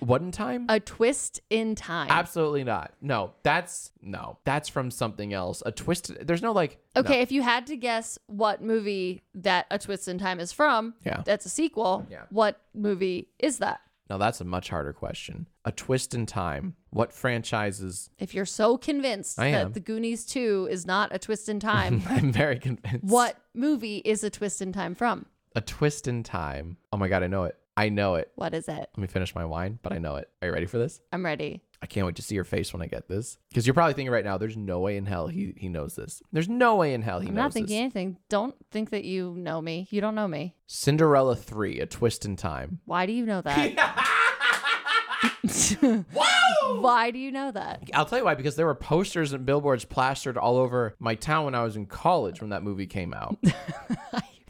[SPEAKER 1] One time?
[SPEAKER 2] A Twist in Time.
[SPEAKER 1] Absolutely not. No, that's no, that's from something else. A twisted. There's no like. no.
[SPEAKER 2] okay, if you had to guess what movie that A Twist in Time is from,
[SPEAKER 1] Yeah.
[SPEAKER 2] that's a sequel,
[SPEAKER 1] Yeah.
[SPEAKER 2] what movie is that?
[SPEAKER 1] Now that's a much harder question. A twist in time. What franchises?
[SPEAKER 2] If you're so convinced
[SPEAKER 1] I
[SPEAKER 2] that
[SPEAKER 1] am.
[SPEAKER 2] The Goonies 2 is not A Twist in Time,
[SPEAKER 1] I'm very convinced.
[SPEAKER 2] what movie is A Twist in Time from?
[SPEAKER 1] A twist in time. Oh my god, I know it. I know it.
[SPEAKER 2] What is it?
[SPEAKER 1] Let me finish my wine, but I know it. Are you ready for this?
[SPEAKER 2] I'm ready.
[SPEAKER 1] I can't wait to see your face when I get this. Because you're probably thinking right now, there's no way in hell he, he knows this. There's no way in hell he
[SPEAKER 2] I'm
[SPEAKER 1] knows
[SPEAKER 2] not thinking
[SPEAKER 1] this.
[SPEAKER 2] anything. Don't think that you know me. You don't know me.
[SPEAKER 1] Cinderella 3, A Twist in Time.
[SPEAKER 2] Why do you know that? Why do you know that?
[SPEAKER 1] I'll tell you why, because there were posters and billboards plastered all over my town when I was in college when that movie came out.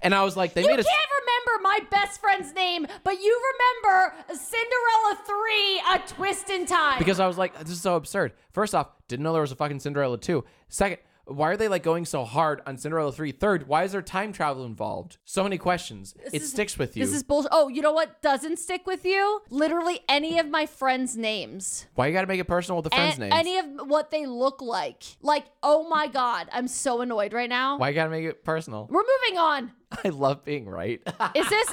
[SPEAKER 1] and I was like, they made a.
[SPEAKER 2] remember my best friend's name, but you remember Cinderella 3 A Twist in Time.
[SPEAKER 1] Because I was like, this is so absurd. First off, didn't know there was a fucking Cinderella 2. Second, why are they like going so hard on Cinderella 3? Third, why is there time travel involved? So many questions. it
[SPEAKER 2] is-
[SPEAKER 1] sticks with you.
[SPEAKER 2] this is bullshit. Oh, you know what doesn't stick with you? Literally any of my friends' names.
[SPEAKER 1] Why you gotta make it personal with the friend's
[SPEAKER 2] A-
[SPEAKER 1] name?
[SPEAKER 2] any of what they look like. Like, oh my God, I'm so annoyed right now.
[SPEAKER 1] Why you gotta make it personal?
[SPEAKER 2] We're moving on.
[SPEAKER 1] I love being right.
[SPEAKER 2] Is this.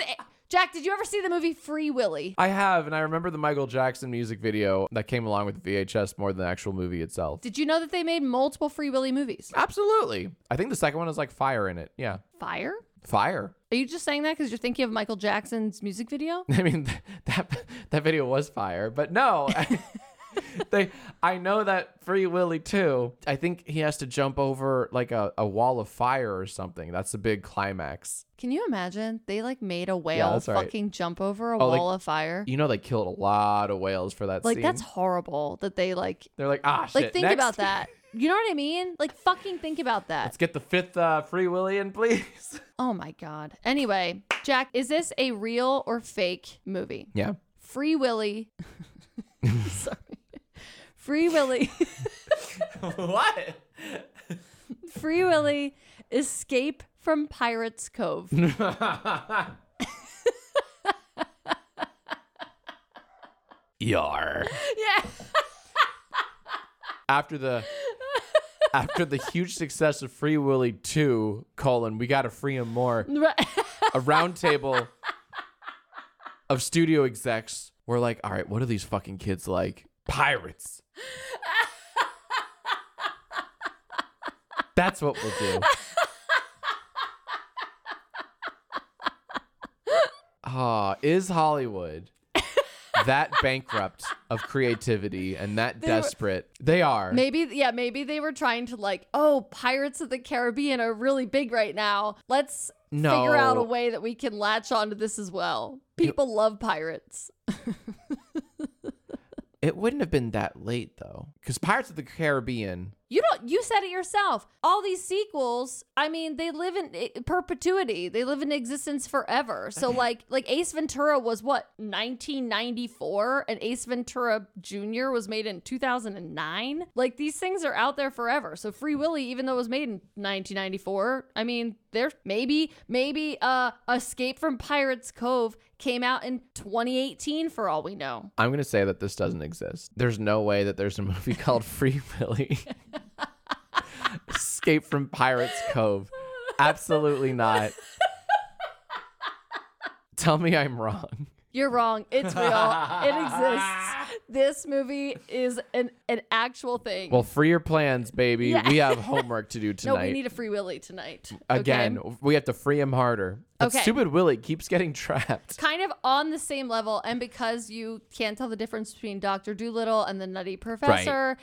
[SPEAKER 2] Jack, did you ever see the movie Free Willy?
[SPEAKER 1] I have, and I remember the Michael Jackson music video that came along with VHS more than the actual movie itself.
[SPEAKER 2] Did you know that they made multiple Free Willy movies?
[SPEAKER 1] Absolutely. I think the second one is like fire in it. Yeah.
[SPEAKER 2] Fire?
[SPEAKER 1] Fire.
[SPEAKER 2] Are you just saying that because you're thinking of Michael Jackson's music video?
[SPEAKER 1] I mean, th- that that video was fire, but no. they I know that Free Willy too. I think he has to jump over like a, a wall of fire or something. That's the big climax.
[SPEAKER 2] Can you imagine? They like made a whale
[SPEAKER 1] that's right.
[SPEAKER 2] fucking jump over a
[SPEAKER 1] Oh, like-
[SPEAKER 2] wall of fire.
[SPEAKER 1] You know they killed a lot of whales for that
[SPEAKER 2] Like
[SPEAKER 1] scene.
[SPEAKER 2] that's horrible that they like
[SPEAKER 1] They're like, ah shit.
[SPEAKER 2] like think
[SPEAKER 1] next."
[SPEAKER 2] about that. You know what I mean? Like fucking think about that.
[SPEAKER 1] Let's get the fifth uh, Free Willy in, please.
[SPEAKER 2] Oh my god. Anyway, Jack, is this a real or fake movie?
[SPEAKER 1] Yeah.
[SPEAKER 2] Free Willy. Sorry. Free Willy.
[SPEAKER 1] what?
[SPEAKER 2] Free Willy escape from Pirates Cove.
[SPEAKER 1] Yar.
[SPEAKER 2] yeah.
[SPEAKER 1] After the after the huge success of Free Willy 2, colon, we gotta free him more.
[SPEAKER 2] Right.
[SPEAKER 1] A round table of studio execs were like, all right, what are these fucking kids like? Pirates. That's what we'll do. Ah, is Hollywood that bankrupt of creativity and that
[SPEAKER 2] were-
[SPEAKER 1] desperate. they are.
[SPEAKER 2] Maybe, yeah, maybe they were trying to like, oh, Pirates of the Caribbean are really big right now. Let's figure out a
[SPEAKER 1] No.
[SPEAKER 2] way that we can latch onto this as well. People love pirates.
[SPEAKER 1] it wouldn't have been that late though, because Pirates of the Caribbean.
[SPEAKER 2] You don't. You said it yourself. All these sequels. I mean, they live in i- perpetuity. They live in existence forever. So like, like Ace Ventura was what 1994, and Ace Ventura Jr. was made in 2009. Like these things are out there forever. So Free Willy, even though it was made in 1994, I mean, there's maybe maybe uh Escape from Pirates Cove came out in 2018 for all we know.
[SPEAKER 1] I'm gonna say that this doesn't exist. There's no way that there's a movie called Free Willy. Escape from Pirates Cove. Absolutely not. Tell me I'm wrong.
[SPEAKER 2] You're wrong. It's real. it exists. This movie is an, an actual thing.
[SPEAKER 1] Well, free your plans, baby. We have homework to do
[SPEAKER 2] no,
[SPEAKER 1] tonight.
[SPEAKER 2] we need a free willy tonight. okay?
[SPEAKER 1] Again, we have to free him harder. But
[SPEAKER 2] Okay.
[SPEAKER 1] stupid Willie keeps getting trapped.
[SPEAKER 2] Kind of on the same level, and because you can't tell the difference between Doctor Doolittle and the Nutty Professor,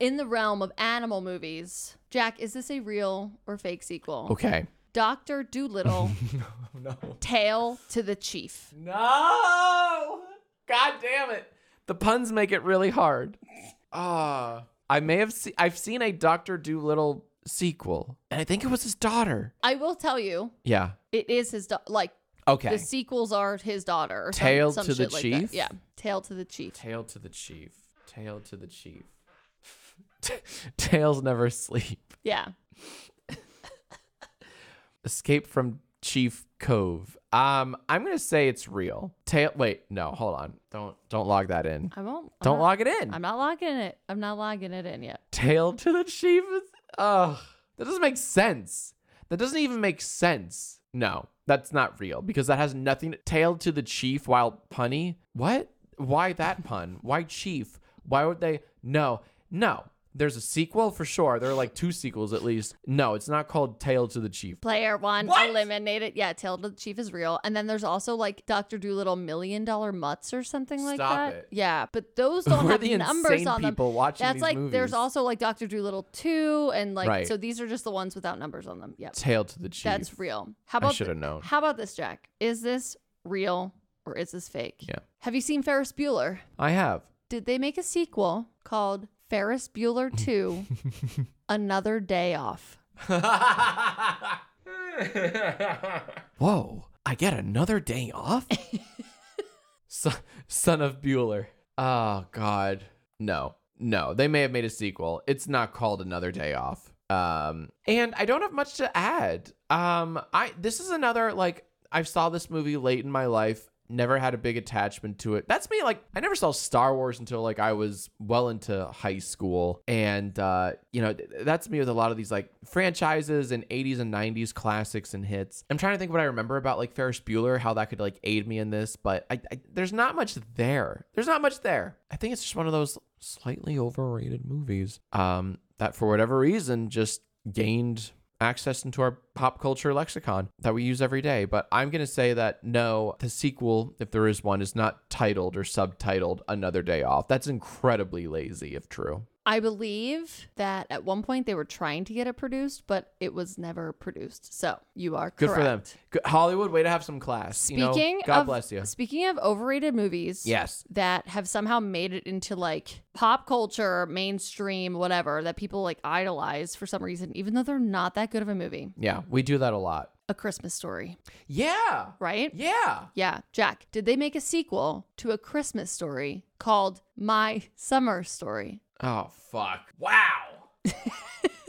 [SPEAKER 2] in the realm of animal movies, Jack, is this a real or fake sequel?
[SPEAKER 1] Okay.
[SPEAKER 2] Doctor Doolittle,
[SPEAKER 1] No.
[SPEAKER 2] Tale to the Chief.
[SPEAKER 1] No! God damn it. The puns make it really hard. Ah. I may have seen I've seen a Doctor Doolittle sequel, and I think it was his daughter.
[SPEAKER 2] I will tell you,
[SPEAKER 1] Yeah.
[SPEAKER 2] it is his da- like
[SPEAKER 1] Okay.
[SPEAKER 2] the sequels are his daughter. Or some-
[SPEAKER 1] Tale
[SPEAKER 2] some
[SPEAKER 1] to the
[SPEAKER 2] shit like that.
[SPEAKER 1] Chief?
[SPEAKER 2] Yeah, Tale to the Chief.
[SPEAKER 1] Tail to the chief. Tail to the chief. Tails never sleep.
[SPEAKER 2] Yeah.
[SPEAKER 1] Escape from Chief Cove. Um, I'm gonna say it's real. Tail. Wait, no, hold on. Don't don't log that in.
[SPEAKER 2] I won't. I'm
[SPEAKER 1] Don't
[SPEAKER 2] not,
[SPEAKER 1] log it in.
[SPEAKER 2] Uh, uh-huh. I'm not logging it. I'm not logging it in yet.
[SPEAKER 1] Tail to the chief. Is, ugh, that doesn't make sense. That doesn't even make sense. No, that's not real because that has nothing. Tail to the chief while punny. What? Why that pun? Why chief? Why would they? No, no. There's a sequel for sure. There are like two sequels at least. No, it's not called Tail to the Chief.
[SPEAKER 2] Player one eliminated. Yeah, Tail to the Chief is real. And then there's also like Dr. Doolittle Million Dollar Mutts or something like
[SPEAKER 1] Stop
[SPEAKER 2] that.
[SPEAKER 1] it.
[SPEAKER 2] Yeah, but those don't
[SPEAKER 1] We're
[SPEAKER 2] have
[SPEAKER 1] the
[SPEAKER 2] numbers
[SPEAKER 1] insane
[SPEAKER 2] on them.
[SPEAKER 1] people watching
[SPEAKER 2] That's
[SPEAKER 1] these
[SPEAKER 2] like there's
[SPEAKER 1] movies.
[SPEAKER 2] also like Dr. Doolittle 2 and like
[SPEAKER 1] Right.
[SPEAKER 2] so these are just the ones without numbers on them. Yep.
[SPEAKER 1] Tail to the Chief.
[SPEAKER 2] That's real. How about
[SPEAKER 1] should have
[SPEAKER 2] th-
[SPEAKER 1] known.
[SPEAKER 2] How about this, Jack? Is this real or is this fake?
[SPEAKER 1] Yeah.
[SPEAKER 2] Have you seen Ferris Bueller?
[SPEAKER 1] I have.
[SPEAKER 2] did they make a sequel called Ferris Bueller 2 Another Day Off?
[SPEAKER 1] Whoa, I get another day off? son, son of Bueller. Oh, God. No, no, they may have made a sequel. It's not called Another Day Off. Um, and I don't have much to add. Um, I this is another like I saw this movie late in my life, never had a big attachment to it. That's me, like I never saw Star Wars until like I was well into high school. And uh, you know, th- that's me with a lot of these like franchises and 80s and 90s classics and hits. I'm trying to think what I remember about like Ferris Bueller, how that could like aid me in this, but I, I there's not much there. There's not much there. I think it's just one of those slightly overrated movies um, that for whatever reason just gained access into our pop culture lexicon that we use every day. But I'm going to say that no, the sequel, if there is one, is not titled or subtitled Another Day Off. That's incredibly lazy if true.
[SPEAKER 2] I believe that at one point they were trying to get it produced, but it was never produced. So you are
[SPEAKER 1] Good
[SPEAKER 2] correct.
[SPEAKER 1] for them. Good, Hollywood, way to have some class. you
[SPEAKER 2] Speaking
[SPEAKER 1] know, God
[SPEAKER 2] of,
[SPEAKER 1] bless you.
[SPEAKER 2] Speaking of overrated movies,
[SPEAKER 1] Yes.
[SPEAKER 2] that have somehow made it into like pop culture, mainstream, whatever that people like idolize for some reason, even though they're not that good of a movie.
[SPEAKER 1] Yeah, we do that a lot.
[SPEAKER 2] A Christmas Story,
[SPEAKER 1] Yeah.
[SPEAKER 2] right?
[SPEAKER 1] Yeah.
[SPEAKER 2] Yeah, Jack, did they make a sequel to A Christmas Story called My Summer Story?
[SPEAKER 1] Oh fuck. Wow.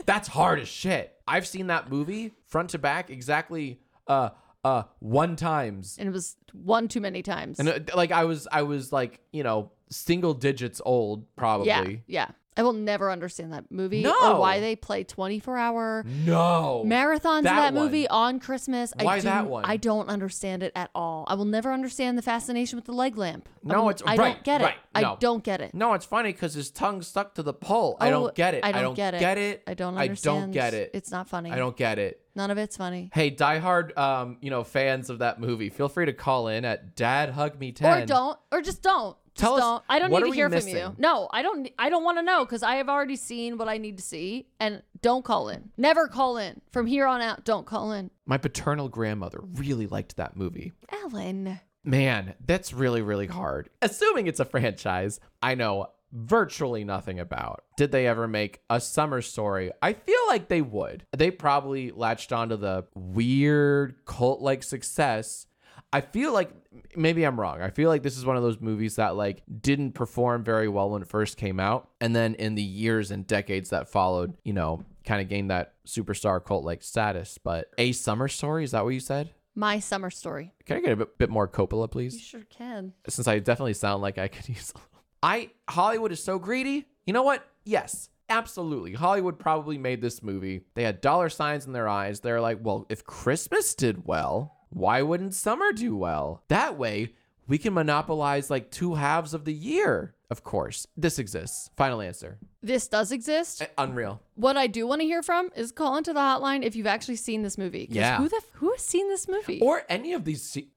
[SPEAKER 1] That's hard as shit. I've seen that movie front to back exactly uh uh one times.
[SPEAKER 2] And it was one too many times.
[SPEAKER 1] And uh, like I was I was like, you know, single digits old probably.
[SPEAKER 2] yeah, yeah. I will never understand that movie or
[SPEAKER 1] No.
[SPEAKER 2] why they play 24 hour
[SPEAKER 1] No.
[SPEAKER 2] marathons of
[SPEAKER 1] that
[SPEAKER 2] that movie on Christmas. I
[SPEAKER 1] Why
[SPEAKER 2] do,
[SPEAKER 1] that one?
[SPEAKER 2] I don't understand it at all. I will never understand the fascination with the leg lamp. I
[SPEAKER 1] No,
[SPEAKER 2] will-
[SPEAKER 1] it's-
[SPEAKER 2] I don't
[SPEAKER 1] right,
[SPEAKER 2] get
[SPEAKER 1] right,
[SPEAKER 2] it. I
[SPEAKER 1] no.
[SPEAKER 2] don't get it.
[SPEAKER 1] no, it's funny because his tongue stuck to the pole. I
[SPEAKER 2] Oh,
[SPEAKER 1] don't get it. I don't, get, it.
[SPEAKER 2] I don't
[SPEAKER 1] I
[SPEAKER 2] understand.
[SPEAKER 1] don't get it.
[SPEAKER 2] It's not funny.
[SPEAKER 1] I don't get it.
[SPEAKER 2] None of it's funny.
[SPEAKER 1] Hey, diehard, um, you know, fans of that movie, feel free to call in at Dad Hug Me
[SPEAKER 2] Or
[SPEAKER 1] Ten.
[SPEAKER 2] don't, or just don't.
[SPEAKER 1] Tell us.
[SPEAKER 2] don't, I don't
[SPEAKER 1] what
[SPEAKER 2] need
[SPEAKER 1] are
[SPEAKER 2] to
[SPEAKER 1] we
[SPEAKER 2] hear
[SPEAKER 1] missing?
[SPEAKER 2] from you. No, I don't. I don't want to know because I have already seen what I need to see. And don't call in. Never call in from here on out. Don't call in,
[SPEAKER 1] My paternal grandmother really liked that movie.
[SPEAKER 2] Ellen.
[SPEAKER 1] Man, that's really, really hard. Assuming it's a franchise, I know virtually nothing about. Did they ever make a summer story? I feel like they would. They probably latched onto the weird cult like success. I feel like maybe I'm wrong. I feel like this is one of those movies that like didn't perform very well when it first came out and then in the years and decades that followed, you know, kind of gained that superstar cult like status. But a summer story, is that what you said?
[SPEAKER 2] My summer story.
[SPEAKER 1] Can I get a bit, bit more Coppola, please?
[SPEAKER 2] You sure can.
[SPEAKER 1] since I definitely sound like I could use a little. I Hollywood is so greedy. You know what? Yes, absolutely. Hollywood probably made this movie. They had dollar signs in their eyes. They're like, well, if Christmas did well, why wouldn't summer do well? That way, we can monopolize like two halves of the year. Of course, this exists. Final answer.
[SPEAKER 2] This does exist.
[SPEAKER 1] Uh, Unreal.
[SPEAKER 2] What I do want to hear from is call into the hotline if you've actually seen this movie. 'Cause
[SPEAKER 1] Yeah.
[SPEAKER 2] Who the f- who has seen this movie
[SPEAKER 1] Or any of these, se-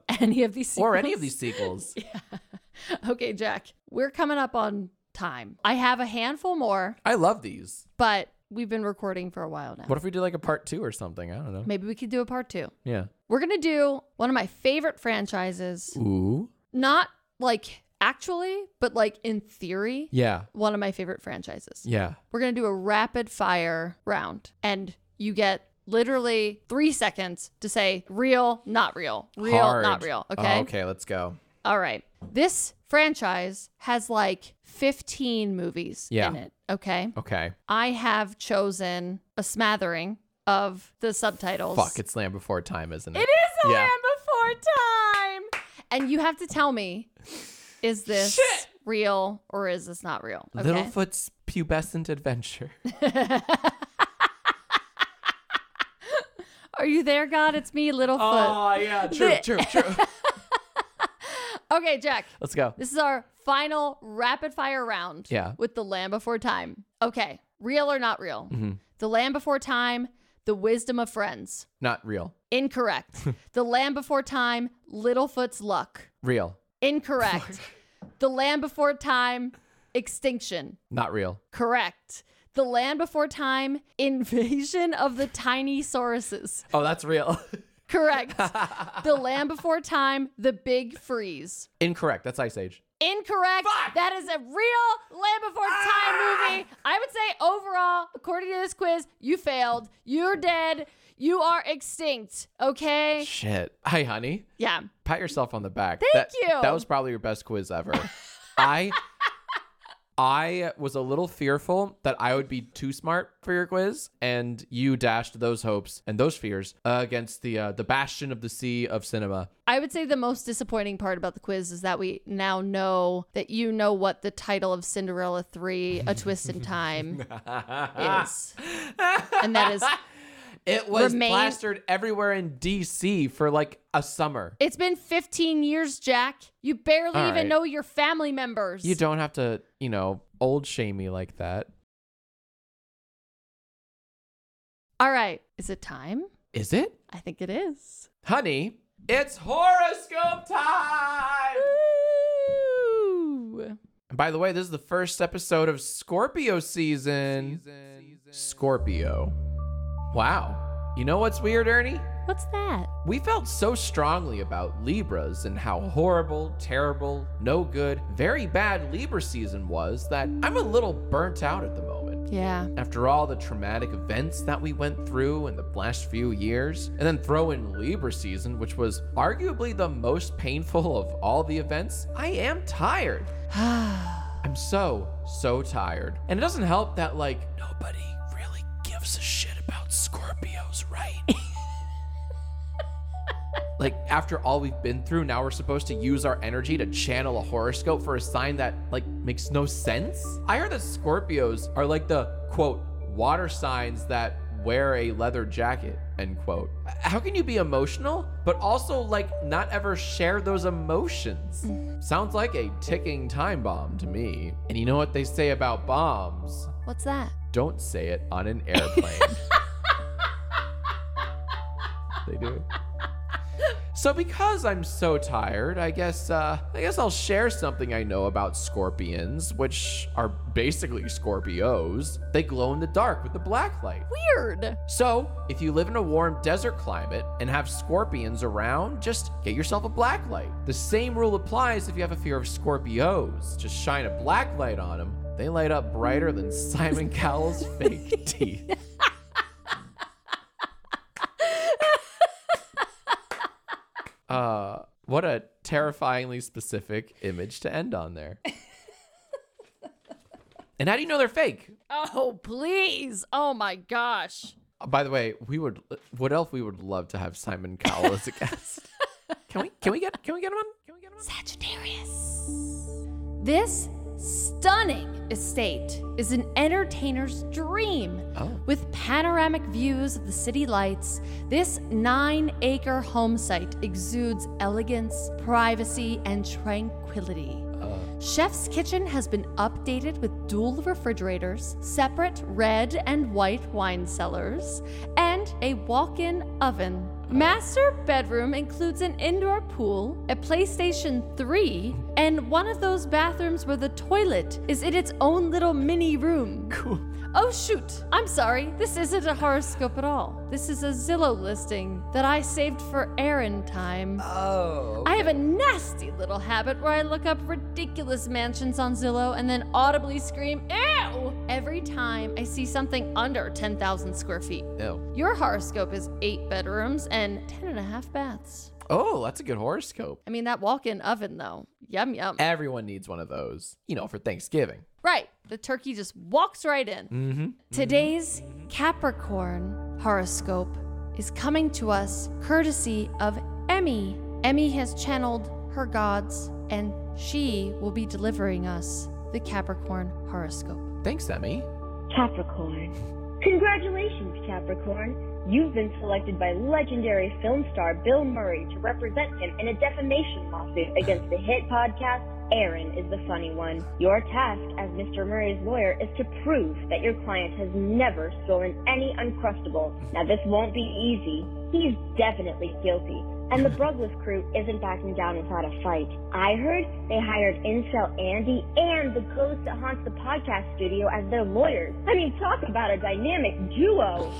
[SPEAKER 2] any of these
[SPEAKER 1] or any of
[SPEAKER 2] sequels?
[SPEAKER 1] these sequels.
[SPEAKER 2] Okay, Jack, we're coming up on time. I have a handful more,
[SPEAKER 1] I love these.
[SPEAKER 2] but we've been recording for a while now.
[SPEAKER 1] What if we did like a part two or something? I don't know.
[SPEAKER 2] Maybe we could do a part two.
[SPEAKER 1] Yeah.
[SPEAKER 2] We're gonna do one of my favorite franchises,
[SPEAKER 1] Ooh.
[SPEAKER 2] not like actually, but like in theory,
[SPEAKER 1] Yeah.
[SPEAKER 2] one of my favorite franchises.
[SPEAKER 1] Yeah.
[SPEAKER 2] We're gonna do a rapid fire round, and you get literally three seconds to say real, not real, real,
[SPEAKER 1] Hard.
[SPEAKER 2] not real.
[SPEAKER 1] Oh,
[SPEAKER 2] Okay.
[SPEAKER 1] okay, let's go.
[SPEAKER 2] All right. This franchise has like 15 movies
[SPEAKER 1] Yeah.
[SPEAKER 2] in it. Okay.
[SPEAKER 1] Okay.
[SPEAKER 2] I have chosen a smattering of the subtitles.
[SPEAKER 1] Fuck, it's Land Before Time, isn't it?
[SPEAKER 2] It is
[SPEAKER 1] Yeah.
[SPEAKER 2] Land Before Time. And you have to tell me, is this
[SPEAKER 1] Shit.
[SPEAKER 2] real or is this not real? Okay.
[SPEAKER 1] Littlefoot's pubescent adventure.
[SPEAKER 2] Are you there, God? It's me, Littlefoot.
[SPEAKER 1] yeah, true, true, true.
[SPEAKER 2] Okay, Jack.
[SPEAKER 1] Let's go.
[SPEAKER 2] This is our final rapid fire round.
[SPEAKER 1] Yeah.
[SPEAKER 2] With the Land Before Time. Okay. Real or not real?
[SPEAKER 1] Mm-hmm.
[SPEAKER 2] The Land Before Time, The Wisdom of Friends.
[SPEAKER 1] Not real.
[SPEAKER 2] Incorrect. the Land Before Time, Littlefoot's Luck.
[SPEAKER 1] Real.
[SPEAKER 2] Incorrect. the Land Before Time, Extinction.
[SPEAKER 1] Not real.
[SPEAKER 2] Correct. The Land Before Time, Invasion of the Tiny Sauruses.
[SPEAKER 1] Oh, that's real.
[SPEAKER 2] Correct. the Land Before Time, The Big Freeze.
[SPEAKER 1] Incorrect. That's Ice Age.
[SPEAKER 2] Incorrect. That is a real Land Before Time movie. I would say overall, according to this quiz, you failed. You're dead. You are extinct. Okay?
[SPEAKER 1] Shit. Hi, honey.
[SPEAKER 2] Yeah.
[SPEAKER 1] Pat yourself on the back.
[SPEAKER 2] Thank
[SPEAKER 1] That-
[SPEAKER 2] you.
[SPEAKER 1] That was probably your best quiz ever. I I was a little fearful that I would be too smart for your quiz, and you dashed those hopes and those fears uh, against the uh, the bastion of the sea of cinema.
[SPEAKER 2] I would say the most disappointing part about the quiz is that we now know that you know what the title of Cinderella 3 A Twist in Time is. And that is
[SPEAKER 1] It was
[SPEAKER 2] Remain-
[SPEAKER 1] plastered everywhere in DC for like a summer.
[SPEAKER 2] It's been 15 years, Jack. You barely
[SPEAKER 1] All
[SPEAKER 2] even
[SPEAKER 1] right.
[SPEAKER 2] know your family members.
[SPEAKER 1] You don't have to, you know, old shame me like that.
[SPEAKER 2] All right. Is it time?
[SPEAKER 1] Is it?
[SPEAKER 2] I think it is.
[SPEAKER 1] Honey, it's horoscope time!
[SPEAKER 2] Ooh.
[SPEAKER 1] And by the way, this is the first episode of Scorpio season. Scorpio. Wow. You know what's weird, Ernie?
[SPEAKER 2] What's that?
[SPEAKER 1] We felt so strongly about Libras and how horrible, terrible, no good, very bad Libra season was that I'm a little burnt out at the moment.
[SPEAKER 2] Yeah.
[SPEAKER 1] After all the traumatic events that we went through in the last few years, and then throw in Libra season, which was arguably the most painful of all the events, I am tired. I'm so, so tired. And it doesn't help that, like, nobody really gives a shit about Scorpios, right? like, after all we've been through, now we're supposed to use our energy to channel a horoscope for a sign that, like, makes no sense? I heard that Scorpios are like the, quote, water signs that wear a leather jacket, end quote. How can you be emotional, but also, like, not ever share those emotions? Sounds like a ticking time bomb to me. And you know what they say about bombs?
[SPEAKER 2] What's that?
[SPEAKER 1] Don't say it on an airplane. they do. So because I'm so tired, I guess uh, I guess I'll share something I know about scorpions, which are basically Scorpios. They glow in the dark with the black light.
[SPEAKER 2] Weird.
[SPEAKER 1] So, if you live in a warm desert climate and have scorpions around, just get yourself a black light. The same rule applies if you have a fear of Scorpios. Just shine a black light on them. They light up brighter than Simon Cowell's fake teeth. Uh, what a terrifyingly specific image to end on there. and how do you know they're fake?
[SPEAKER 2] Oh, please. Oh my gosh.
[SPEAKER 1] By the way, we would what else we would love to have Simon Cowell as a guest. can we can we get can we get him on? Can we get him on?
[SPEAKER 2] Sagittarius. This stunning estate is an entertainer's dream.
[SPEAKER 1] Oh.
[SPEAKER 2] With panoramic views of the city lights, this nine acre home site exudes elegance, privacy, and tranquility. Chef's kitchen has been updated with dual refrigerators, separate red and white wine cellars, and a walk in oven. Master bedroom includes an indoor pool, a PlayStation 3, and one of those bathrooms where the toilet is in its own little mini room. Cool. Oh shoot, I'm sorry. This isn't a horoscope at all. This is a Zillow listing that I saved for errand time.
[SPEAKER 1] Oh.
[SPEAKER 2] I have a nasty little habit where I look up ridiculous mansions on Zillow and then audibly scream, ew, every time I see something under 10,000 square feet.
[SPEAKER 1] Ew.
[SPEAKER 2] Your horoscope is eight bedrooms and ten and a half baths.
[SPEAKER 1] Oh, that's a good horoscope.
[SPEAKER 2] I mean, that walk in oven, though. Yum, yum.
[SPEAKER 1] Everyone needs one of those, you know, for Thanksgiving.
[SPEAKER 2] Right. The turkey just walks right in.
[SPEAKER 1] Mm-hmm.
[SPEAKER 2] Today's Capricorn horoscope is coming to us courtesy of Emmy. Emmy has channeled her gods, and she will be delivering us the Capricorn horoscope.
[SPEAKER 1] Thanks, Emmy.
[SPEAKER 3] Capricorn. Congratulations, Capricorn. You've been selected by legendary film star Bill Murray to represent him in a defamation lawsuit against the hit podcast Aaron is the Funny One. Your task as Mr. Murray's lawyer is to prove that your client has never stolen any Uncrustables. Now, this won't be easy. He's definitely guilty. And the Brugless crew isn't backing down without a fight. I heard they hired Incel Andy and the ghost that haunts the podcast studio as their lawyers. I mean, talk about a dynamic duo.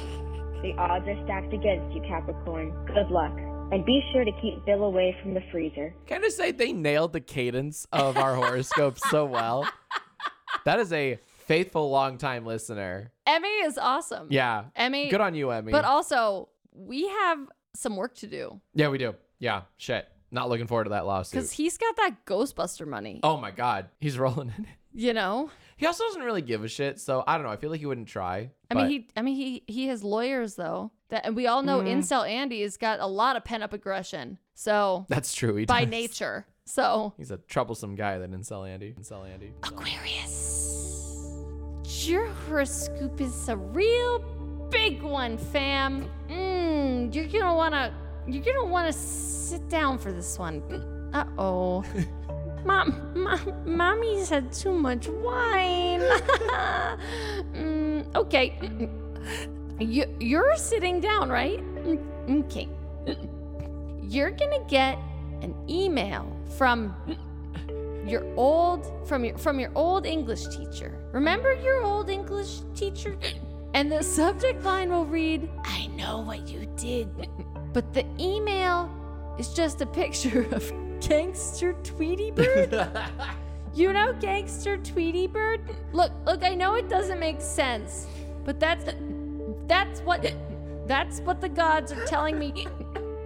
[SPEAKER 3] The odds are stacked against you, Capricorn. Good luck. And be sure to keep Bill away from the freezer.
[SPEAKER 1] Can I say they nailed the cadence of our horoscope so well? That is a faithful longtime listener.
[SPEAKER 2] Emmy is awesome.
[SPEAKER 1] Yeah.
[SPEAKER 2] Emmy.
[SPEAKER 1] Good on you, Emmy.
[SPEAKER 2] But also, we have some work to do
[SPEAKER 1] yeah, we do. Yeah. Shit. Not looking forward to that lawsuit.
[SPEAKER 2] because he's got that Ghostbuster money,
[SPEAKER 1] Oh my god. He's rolling in it.
[SPEAKER 2] you know?
[SPEAKER 1] He also doesn't really give a shit, so I don't know. I feel like he wouldn't try.
[SPEAKER 2] I mean, he. I mean, he. He has lawyers though. That and we all know
[SPEAKER 1] Mm-hmm.
[SPEAKER 2] incel Andy has got a lot of pent up aggression. So
[SPEAKER 1] that's true. He
[SPEAKER 2] by
[SPEAKER 1] does.
[SPEAKER 2] nature. So
[SPEAKER 1] he's a troublesome guy. That incel Andy, incel Andy.
[SPEAKER 2] Aquarius, your horoscope is a real big one, fam. Mm, you're gonna wanna. You're gonna wanna sit down for this one. Uh oh. Mom, mom, mommy's had too much wine. Mm, okay. You, you're sitting down, right? Mm, Okay. You're gonna get an email from your old from your from your old English teacher. Remember your old English teacher? And the subject line will read, "I know what you did." But the email is just a picture of gangster Tweety Bird. You know gangster Tweety Bird? Look, look, I know it doesn't make sense, but that's that's what that's what the gods are telling me.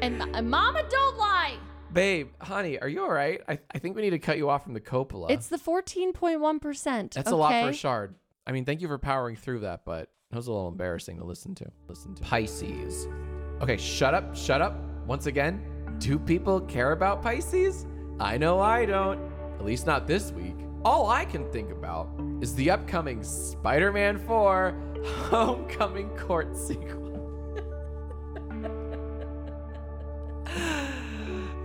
[SPEAKER 2] And, and mama don't lie.
[SPEAKER 1] Babe, honey, are you all right? I, I think we need to cut you off from the Coppola.
[SPEAKER 2] It's the 14.1%.
[SPEAKER 1] that's a lot for a
[SPEAKER 2] okay?
[SPEAKER 1] shard. I mean, thank you for powering through that, but that was a little embarrassing to listen to. Listen to Pisces. Okay, shut up, shut up. Once again, do people care about Pisces? I know I don't. At least not this week. All I can think about is the upcoming Spider-Man 4 Homecoming Court sequel.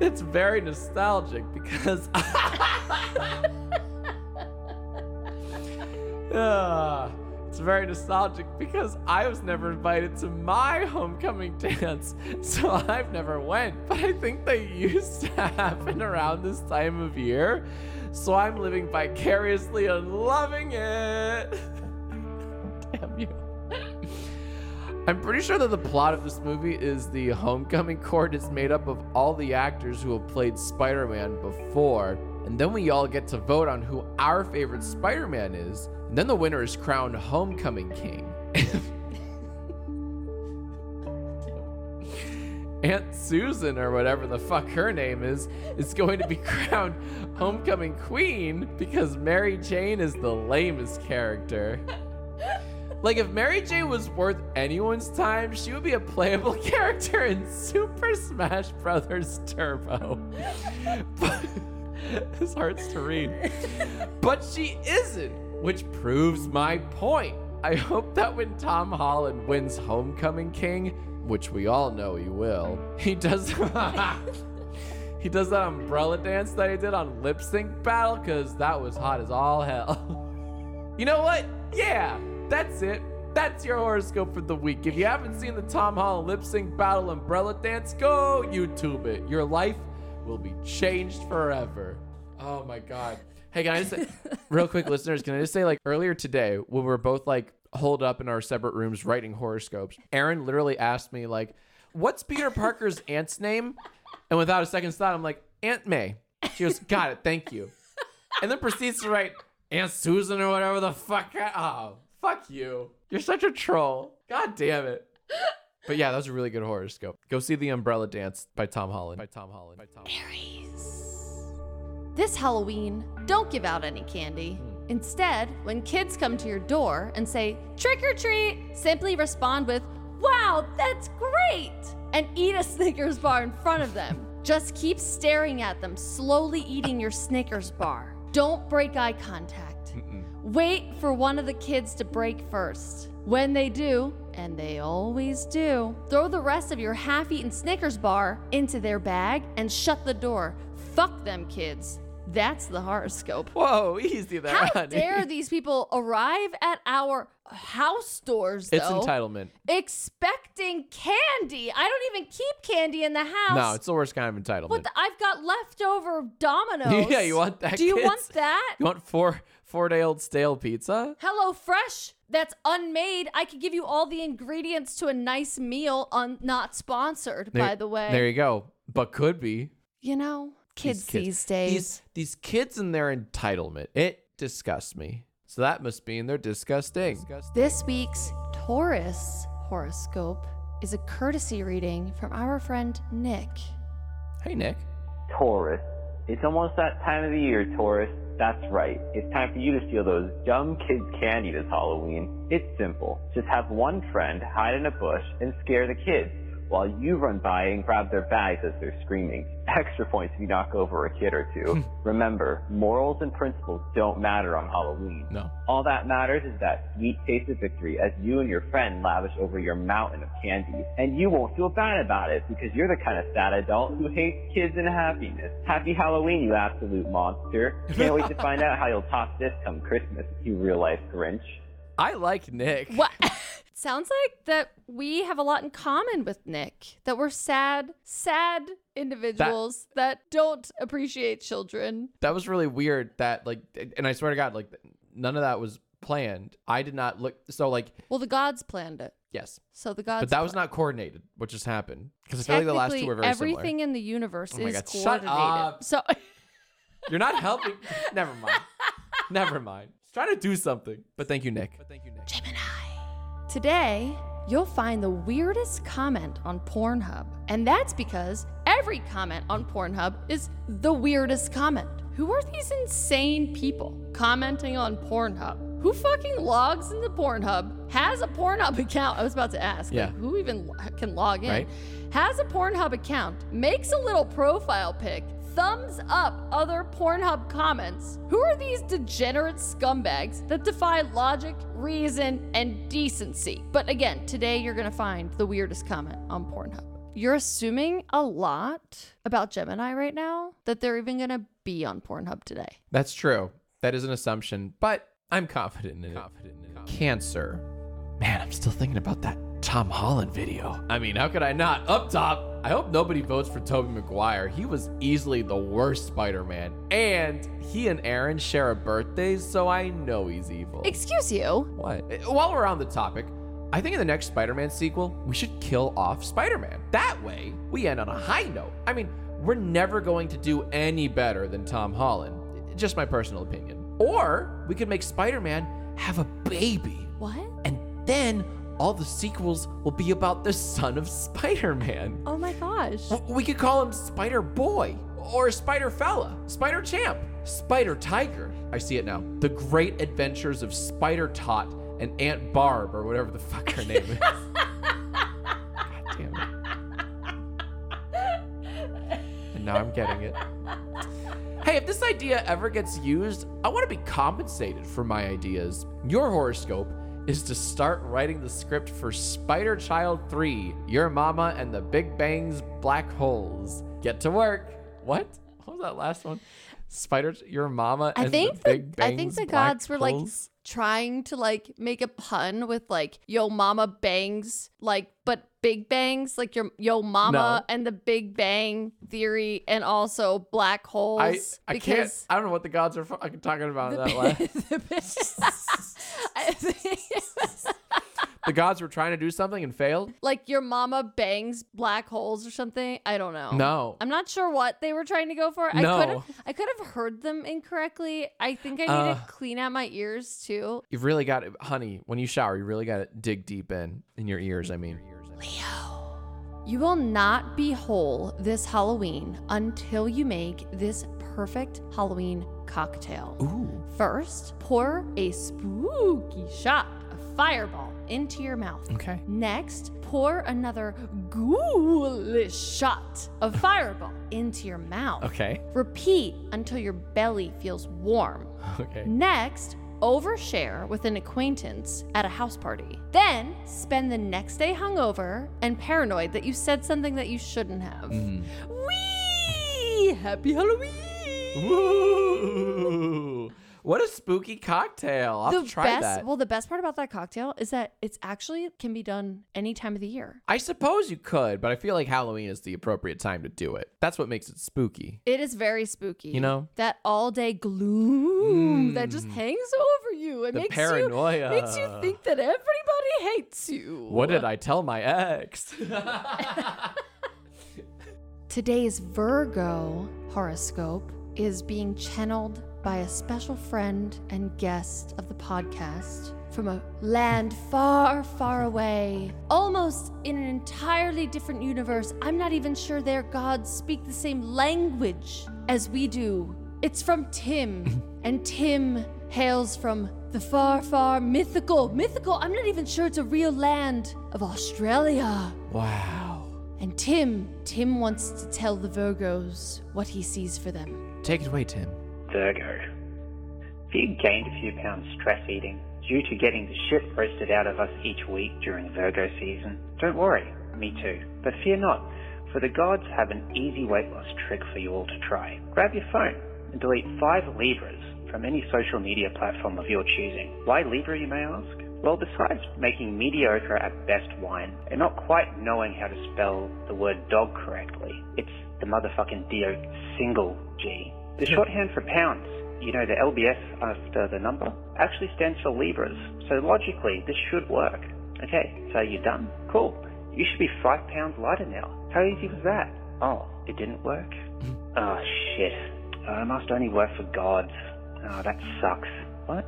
[SPEAKER 1] It's very nostalgic because. Ah, it's very nostalgic because I was never invited to my homecoming dance, so I've never went. But I think they used to happen around this time of year, so I'm living vicariously and loving it. Damn you. I'm pretty sure that the plot of this movie is the homecoming court is made up of all the actors who have played Spider Man before, and then we all get to vote on who our favorite Spider Man is, and then the winner is crowned Homecoming King. Aunt Susan, or whatever the fuck her name is, is going to be crowned Homecoming Queen because Mary Jane is the lamest character. Like if Mary Jane was worth anyone's time, she would be a playable character in Super Smash Brothers Turbo. but this hurts to read. But she isn't, which proves my point. I hope that when Tom Holland wins Homecoming King, which we all know he will, he does He does that umbrella dance that he did on Lip Sync Battle, cause that was hot as all hell. You know what? Yeah, that's it. That's your horoscope for the week. If you haven't seen the Tom Holland lip sync battle umbrella dance, go YouTube it. Your life will be changed forever. Oh my God. Hey, can I just, real quick, listeners, can I just say, like, earlier today, when we were both, like, holed up in our separate rooms writing horoscopes, Aaron literally asked me, like, what's Peter Parker's aunt's name? And without a second thought, I'm like, Aunt May. She goes, got it, thank you. And then proceeds to write, Aunt Susan or whatever the fuck. Oh, fuck you. You're such a troll. God damn it. But yeah, that was a really good horoscope. Go see The Umbrella Dance by Tom Holland. By Tom Holland. By Tom Holland.
[SPEAKER 2] This Halloween, don't give out any candy. Instead, when kids come to your door and say, trick or treat, simply respond with, wow, that's great, and eat a Snickers bar in front of them. Just keep staring at them, slowly eating your Snickers bar. Don't break eye contact. Wait for one of the kids to break first. When they do, and they always do, throw the rest of your half eaten Snickers bar into their bag and shut the door. Fuck them kids. That's the horoscope.
[SPEAKER 1] Whoa, easy there,
[SPEAKER 2] How
[SPEAKER 1] honey.
[SPEAKER 2] dare these people arrive at our house doors, though,
[SPEAKER 1] it's entitlement.
[SPEAKER 2] expecting candy? I don't even keep candy in the house.
[SPEAKER 1] No, it's the worst kind of entitlement.
[SPEAKER 2] What the- I've got leftover Dominoes.
[SPEAKER 1] Yeah, you want that,
[SPEAKER 2] Do you
[SPEAKER 1] kids?
[SPEAKER 2] want that?
[SPEAKER 1] you want four four day old stale pizza?
[SPEAKER 2] Hello Fresh, that's unmade. I could give you all the ingredients to a nice meal, on not sponsored, by
[SPEAKER 1] There-
[SPEAKER 2] the way.
[SPEAKER 1] There you go. But could be.
[SPEAKER 2] you know, kids, these days.
[SPEAKER 1] These, these kids and their entitlement. It disgusts me. So that must mean they're disgusting.
[SPEAKER 2] This week's Taurus horoscope is a courtesy reading from our friend Nick.
[SPEAKER 1] Hey, Nick.
[SPEAKER 4] Taurus. It's almost that time of the year, Taurus. That's right. It's time for you to steal those dumb kids' candy this Halloween. It's simple. Just have one friend hide in a bush and scare the kids while you run by and grab their bags as they're screaming. Extra points if you knock over a kid or two. Remember, morals and principles don't matter on Halloween.
[SPEAKER 1] No.
[SPEAKER 4] All that matters is that sweet taste of victory as you and your friend lavish over your mountain of candy. And you won't feel bad about it because you're the kind of sad adult who hates kids and happiness. Happy Halloween, you absolute monster. Can't wait to find out how you'll top this come Christmas, you real life Grinch.
[SPEAKER 1] I like Nick.
[SPEAKER 2] What? Sounds like that we have a lot in common with Nick. That we're sad, sad individuals that don't appreciate children.
[SPEAKER 1] that was really weird that like and i swear to god like none of that was planned i did not look so like
[SPEAKER 2] Well, the gods planned it.
[SPEAKER 1] yes
[SPEAKER 2] So the gods
[SPEAKER 1] but that was not coordinated what just happened because i feel like the last two were
[SPEAKER 2] Technically,
[SPEAKER 1] very
[SPEAKER 2] everything
[SPEAKER 1] similar Oh
[SPEAKER 2] in the universe
[SPEAKER 1] my
[SPEAKER 2] is
[SPEAKER 1] God, shut
[SPEAKER 2] coordinated.
[SPEAKER 1] up.
[SPEAKER 2] So
[SPEAKER 1] you're not helping never mind never mind Just trying to do something but thank you nick but thank you nick
[SPEAKER 2] Today, you'll find the weirdest comment on Pornhub. And that's because every comment on Pornhub is the weirdest comment. Who are these insane people commenting on Pornhub? Who fucking logs into Pornhub, has a Pornhub account? I was about to ask, like,
[SPEAKER 1] Yeah.
[SPEAKER 2] who even lo- can log in?
[SPEAKER 1] Right.
[SPEAKER 2] Has a Pornhub account, makes a little profile pic, thumbs up other Pornhub comments. Who are these degenerate scumbags that defy logic, reason, and decency? But again, today you're gonna find the weirdest comment on Pornhub. You're assuming a lot about Gemini right now that they're even gonna be on Pornhub today.
[SPEAKER 1] that's true that is an assumption but i'm confident in it confident in it cancer. Man, I'm still thinking about that Tom Holland video. I mean, how could I not? Up top, I hope nobody votes for Toby Maguire. He was easily the worst Spider-Man. And he and Aaron share a birthday, so I know he's evil.
[SPEAKER 2] Excuse you.
[SPEAKER 1] What? Uh, While we're on the topic, I think in the next Spider Man sequel, we should kill off Spider Man. That way, we end on a high note. I mean, we're never going to do any better than Tom Holland. Just my personal opinion. Or we could make Spider Man have a baby,
[SPEAKER 2] What?
[SPEAKER 1] and then all the sequels will be about the son of Spider Man.
[SPEAKER 2] Oh my gosh.
[SPEAKER 1] We could call him Spider Boy or Spider Fella, Spider Champ, Spider Tiger. I see it now. The Great Adventures of Spider Tot and Aunt Barb or whatever the fuck her name is. God damn it. And now I'm getting it. Hey, if this idea ever gets used, I want to be compensated for my ideas. Your horoscope is to start writing the script for Spider Child 3 Your Mama and the Big Bang's Black Holes. Get to work. What? What was that last one? Spider, your mama, and
[SPEAKER 2] I think
[SPEAKER 1] the
[SPEAKER 2] the,
[SPEAKER 1] Big
[SPEAKER 2] I think
[SPEAKER 1] Bang's
[SPEAKER 2] the
[SPEAKER 1] Black
[SPEAKER 2] gods were like
[SPEAKER 1] Holes?
[SPEAKER 2] trying to like make a pun with like yo mama bangs like but big bangs like your yo mama and the big bang theory and also black holes
[SPEAKER 1] I, I can't. I don't know what the gods are fucking talking about in that last.
[SPEAKER 2] I think-
[SPEAKER 1] The gods were trying to do something and failed.
[SPEAKER 2] like your mama bangs black holes or something I don't know
[SPEAKER 1] No.
[SPEAKER 2] Oh. I'm not sure what they were trying to go for. I could
[SPEAKER 1] No.
[SPEAKER 2] have I could have heard them incorrectly. I think I need
[SPEAKER 1] Uh.
[SPEAKER 2] to clean out my ears too.
[SPEAKER 1] You've really got to, honey, when you shower, you really got to dig deep in, in your ears, I mean.
[SPEAKER 2] You will not be whole this Halloween until you make this perfect Halloween cocktail.
[SPEAKER 1] Ooh.
[SPEAKER 2] First, pour a spooky shot of fireball into your mouth.
[SPEAKER 1] Okay.
[SPEAKER 2] Next, pour another ghoulish shot of fireball into your mouth.
[SPEAKER 1] Okay.
[SPEAKER 2] Repeat until your belly feels warm.
[SPEAKER 1] Okay.
[SPEAKER 2] Next, overshare with an acquaintance at a house party. Then, spend the next day hungover and paranoid that you said something that you shouldn't have.
[SPEAKER 1] Mm-hmm.
[SPEAKER 2] Whee! Happy Halloween!
[SPEAKER 1] Woo! What a spooky cocktail. I'll have
[SPEAKER 2] the
[SPEAKER 1] to try
[SPEAKER 2] best,
[SPEAKER 1] that.
[SPEAKER 2] well, the best part about that cocktail is that it's actually can be done any time of the year.
[SPEAKER 1] I suppose you could, but I feel like Halloween is the appropriate time to do it. That's what makes it spooky.
[SPEAKER 2] It is very spooky.
[SPEAKER 1] You know? Mm.
[SPEAKER 2] that all day gloom that just hangs over you. It
[SPEAKER 1] The
[SPEAKER 2] makes
[SPEAKER 1] paranoia.
[SPEAKER 2] you makes you think that everybody hates you.
[SPEAKER 1] What did I tell my ex?
[SPEAKER 2] Today's Virgo horoscope is being channeled by a special friend and guest of the podcast from a land far, far away, almost in an entirely different universe. I'm not even sure their gods speak the same language as we do. It's from Tim, and Tim hails from the far, far mythical, mythical, I'm not even sure it's a real land of Australia.
[SPEAKER 1] wow.
[SPEAKER 2] And Tim, Tim wants to tell the Virgos what he sees for them.
[SPEAKER 1] Take it away, Tim.
[SPEAKER 5] Virgo. If you gained a few pounds stress eating due to getting the shit roasted out of us each week during Virgo season, don't worry, me too. But fear not, for the gods have an easy weight loss trick for you all to try. Grab your phone and delete five Libras from any social media platform of your choosing. Why Libra, you may ask? Well, besides making mediocre at best wine and not quite knowing how to spell the word dog correctly, it's the motherfucking D-O single G. The shorthand for pounds, you know, the LBS after the number, actually stands for Libras. So logically, this should work. Okay, so you're done. Cool. You should be five pounds lighter now. How easy was that? Oh, it didn't work? oh, shit. I must only work for gods. Oh, that sucks. What?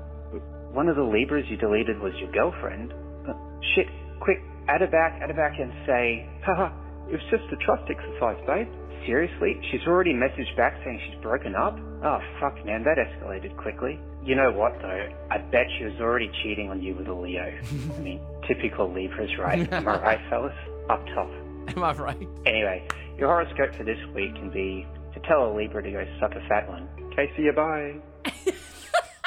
[SPEAKER 5] One of the Libras you deleted was your girlfriend. Uh, shit, quick, add her back, add her back and say, haha, it was just a trust exercise, babe. Seriously? She's already messaged back saying she's broken up? Oh, fuck, man, that escalated quickly. You know what, though? I bet she was already cheating on you with a Leo. I mean, typical Libras, right? Am I right, fellas? Up top.
[SPEAKER 1] Am I right?
[SPEAKER 5] Anyway, your horoscope for this week can be to tell a Libra to go suck a fat one. Okay, see you, bye.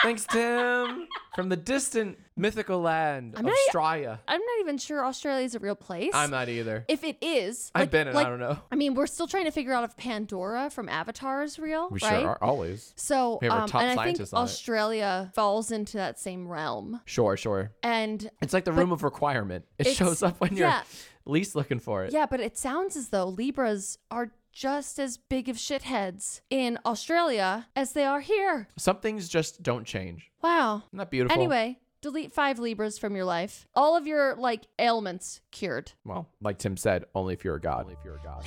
[SPEAKER 1] Thanks, Tim. From the distant mythical land,
[SPEAKER 2] I'm
[SPEAKER 1] of
[SPEAKER 2] not- e-
[SPEAKER 1] Australia.
[SPEAKER 2] I'm not even sure Australia is a real place.
[SPEAKER 1] I'm not either.
[SPEAKER 2] if it is,
[SPEAKER 1] I've
[SPEAKER 2] like-
[SPEAKER 1] been and
[SPEAKER 2] like-
[SPEAKER 1] I don't know.
[SPEAKER 2] I mean, we're still trying to figure out if Pandora from Avatar is real,
[SPEAKER 1] We
[SPEAKER 2] right?
[SPEAKER 1] sure are always.
[SPEAKER 2] So,
[SPEAKER 1] We have our
[SPEAKER 2] um,
[SPEAKER 1] top
[SPEAKER 2] and I think
[SPEAKER 1] scientists on it.
[SPEAKER 2] Australia falls into that same realm.
[SPEAKER 1] Sure, sure.
[SPEAKER 2] And
[SPEAKER 1] It's like the room of requirement. It
[SPEAKER 2] it's-
[SPEAKER 1] shows up when you're
[SPEAKER 2] yeah.
[SPEAKER 1] least looking for it.
[SPEAKER 2] yeah, but it sounds as though Libras are just as big of shitheads in Australia as they are here.
[SPEAKER 1] Some things just don't change.
[SPEAKER 2] Wow.
[SPEAKER 1] Isn't that beautiful?
[SPEAKER 2] Anyway, delete five Libras from your life. All of your like ailments cured.
[SPEAKER 1] Well, like Tim said, only if you're a god. Only if you're a god.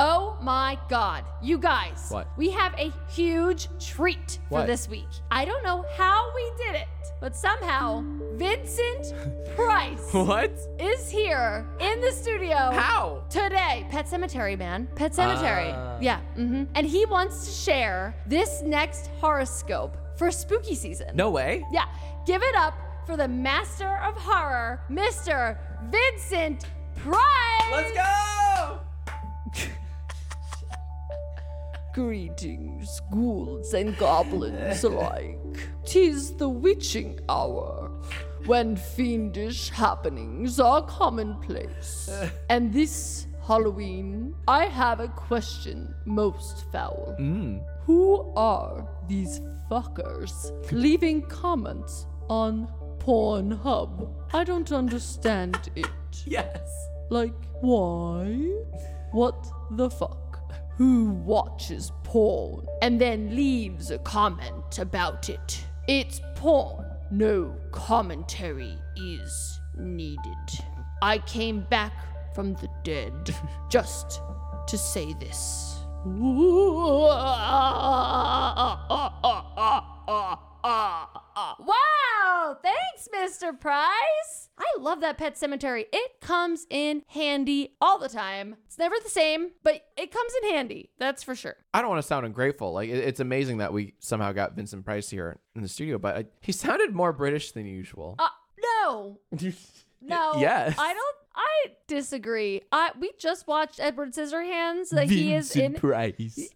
[SPEAKER 2] Oh my God. You guys,
[SPEAKER 1] What?
[SPEAKER 2] we have a huge treat for
[SPEAKER 1] What?
[SPEAKER 2] this week. I don't know how we did it, but somehow Vincent Price
[SPEAKER 1] What?
[SPEAKER 2] is here in the studio.
[SPEAKER 1] How?
[SPEAKER 2] Today, Pet Cemetery, man. Pet Cemetery.
[SPEAKER 1] Ah.
[SPEAKER 2] yeah. hmm And he wants to share this next horoscope for spooky season.
[SPEAKER 1] No way.
[SPEAKER 2] Yeah. Give it up for the master of horror, Mr. Vincent Price.
[SPEAKER 1] Let's go.
[SPEAKER 6] Greetings, ghouls and goblins alike. Tis the witching hour, when fiendish happenings are commonplace. And this Halloween, I have a question most foul. Who are these fuckers leaving comments on Pornhub? I don't understand it.
[SPEAKER 1] Yes.
[SPEAKER 6] Like, why? What the fuck? Who watches porn and then leaves a comment about it? It's porn. No commentary is needed. I came back from the dead just to say this.
[SPEAKER 2] Wow. Thanks, Mr. Price. I love that Pet Cemetery. It comes in handy all the time. It's never the same, but it comes in handy. That's for sure.
[SPEAKER 1] I don't want to sound ungrateful. Like it- it's amazing that we somehow got Vincent Price here in the studio, but I, he sounded more British than usual.
[SPEAKER 2] Uh, no. No.
[SPEAKER 1] yes.
[SPEAKER 2] I don't. I disagree. I we just watched Edward Scissorhands. That he is in.
[SPEAKER 1] Price.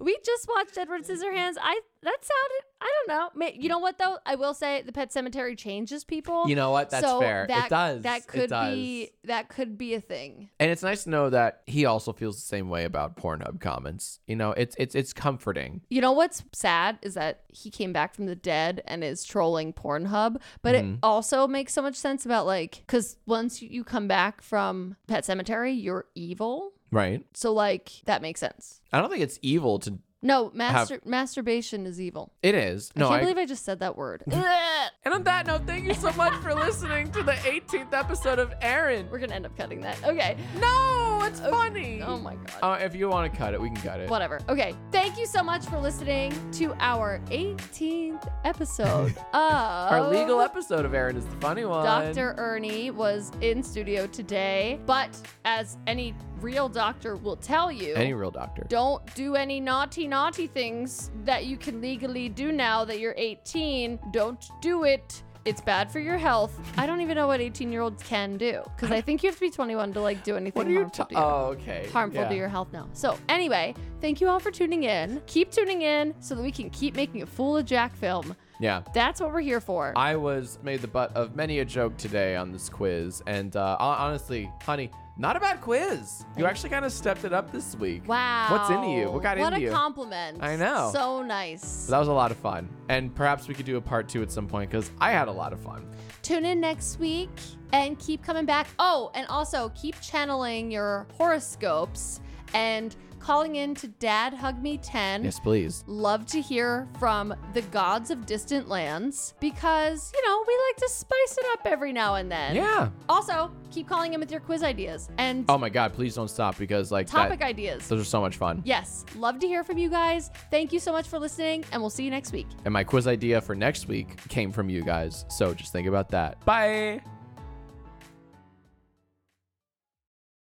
[SPEAKER 2] We just watched Edward Scissorhands. I that sounded. I don't know. Ma- You know what though? I will say the Pet Cemetery changes people.
[SPEAKER 1] You know what? That's
[SPEAKER 2] So
[SPEAKER 1] fair.
[SPEAKER 2] That,
[SPEAKER 1] it does.
[SPEAKER 2] That
[SPEAKER 1] It
[SPEAKER 2] could
[SPEAKER 1] does.
[SPEAKER 2] be. That could be a thing.
[SPEAKER 1] And it's nice to know that he also feels the same way about Pornhub comments. You know, it's it's it's comforting.
[SPEAKER 2] You know what's sad is that he came back from the dead and is trolling Pornhub, but
[SPEAKER 1] Mm-hmm.
[SPEAKER 2] it also makes so much sense about like because once you- you come back from Pet Cemetery, you're evil.
[SPEAKER 1] Right.
[SPEAKER 2] So like that makes sense.
[SPEAKER 1] I don't think it's evil to
[SPEAKER 2] No, master masturbation is evil.
[SPEAKER 1] it is.
[SPEAKER 2] I
[SPEAKER 1] No,
[SPEAKER 2] can't
[SPEAKER 1] I,
[SPEAKER 2] believe I just said that word.
[SPEAKER 1] And on that note, thank you so much for listening to the 18th episode of Aaron.
[SPEAKER 2] We're gonna end up cutting that. Okay.
[SPEAKER 1] No, it's funny.
[SPEAKER 2] Oh my god.
[SPEAKER 1] Uh, if you want to cut it, we can cut it.
[SPEAKER 2] Whatever. Okay. Thank you so much for listening to our 18th episode of
[SPEAKER 1] Our legal episode of Aaron is the funny one.
[SPEAKER 2] Dr. Ernie was in studio today, but as any real doctor will tell you,
[SPEAKER 1] Any real doctor.
[SPEAKER 2] don't do any naughty, naughty things that you can legally do now that you're 18. Don't do it. It's bad for your health. I don't even know what 18 year olds can do because I think you have to be 21 to like do anything
[SPEAKER 1] What are you
[SPEAKER 2] harmful
[SPEAKER 1] talking
[SPEAKER 2] to you
[SPEAKER 1] Oh, okay.
[SPEAKER 2] harmful to
[SPEAKER 1] Yeah.
[SPEAKER 2] your health now. So, anyway, thank you all for tuning in. Keep tuning in so that we can keep making a fool of Jack film.
[SPEAKER 1] Yeah.
[SPEAKER 2] That's what we're here for.
[SPEAKER 1] I was made the butt of many a joke today on this quiz. And uh, hon- honestly, honey, not a bad quiz. You actually kind of stepped it up this week.
[SPEAKER 2] wow.
[SPEAKER 1] What's into you? What got into
[SPEAKER 2] a
[SPEAKER 1] you?
[SPEAKER 2] compliment.
[SPEAKER 1] I know.
[SPEAKER 2] So nice.
[SPEAKER 1] that was a lot of fun. And perhaps we could do a part two at some point because I had a lot of fun.
[SPEAKER 2] Tune in next week and keep coming back. Oh, and also keep channeling your horoscopes and calling in to Dad Hug Me 10.
[SPEAKER 1] Yes, please.
[SPEAKER 2] Love to hear from the gods of distant lands because, you know, we like to spice it up every now and then.
[SPEAKER 1] Yeah.
[SPEAKER 2] Also, keep calling in with your quiz ideas and
[SPEAKER 1] Oh my God, please don't stop because, like,
[SPEAKER 2] topic
[SPEAKER 1] that,
[SPEAKER 2] ideas.
[SPEAKER 1] those are so much fun.
[SPEAKER 2] Yes, love to hear from you guys. Thank you so much for listening, and we'll see you next week.
[SPEAKER 1] And my quiz idea for next week came from you guys. So just think about that. Bye.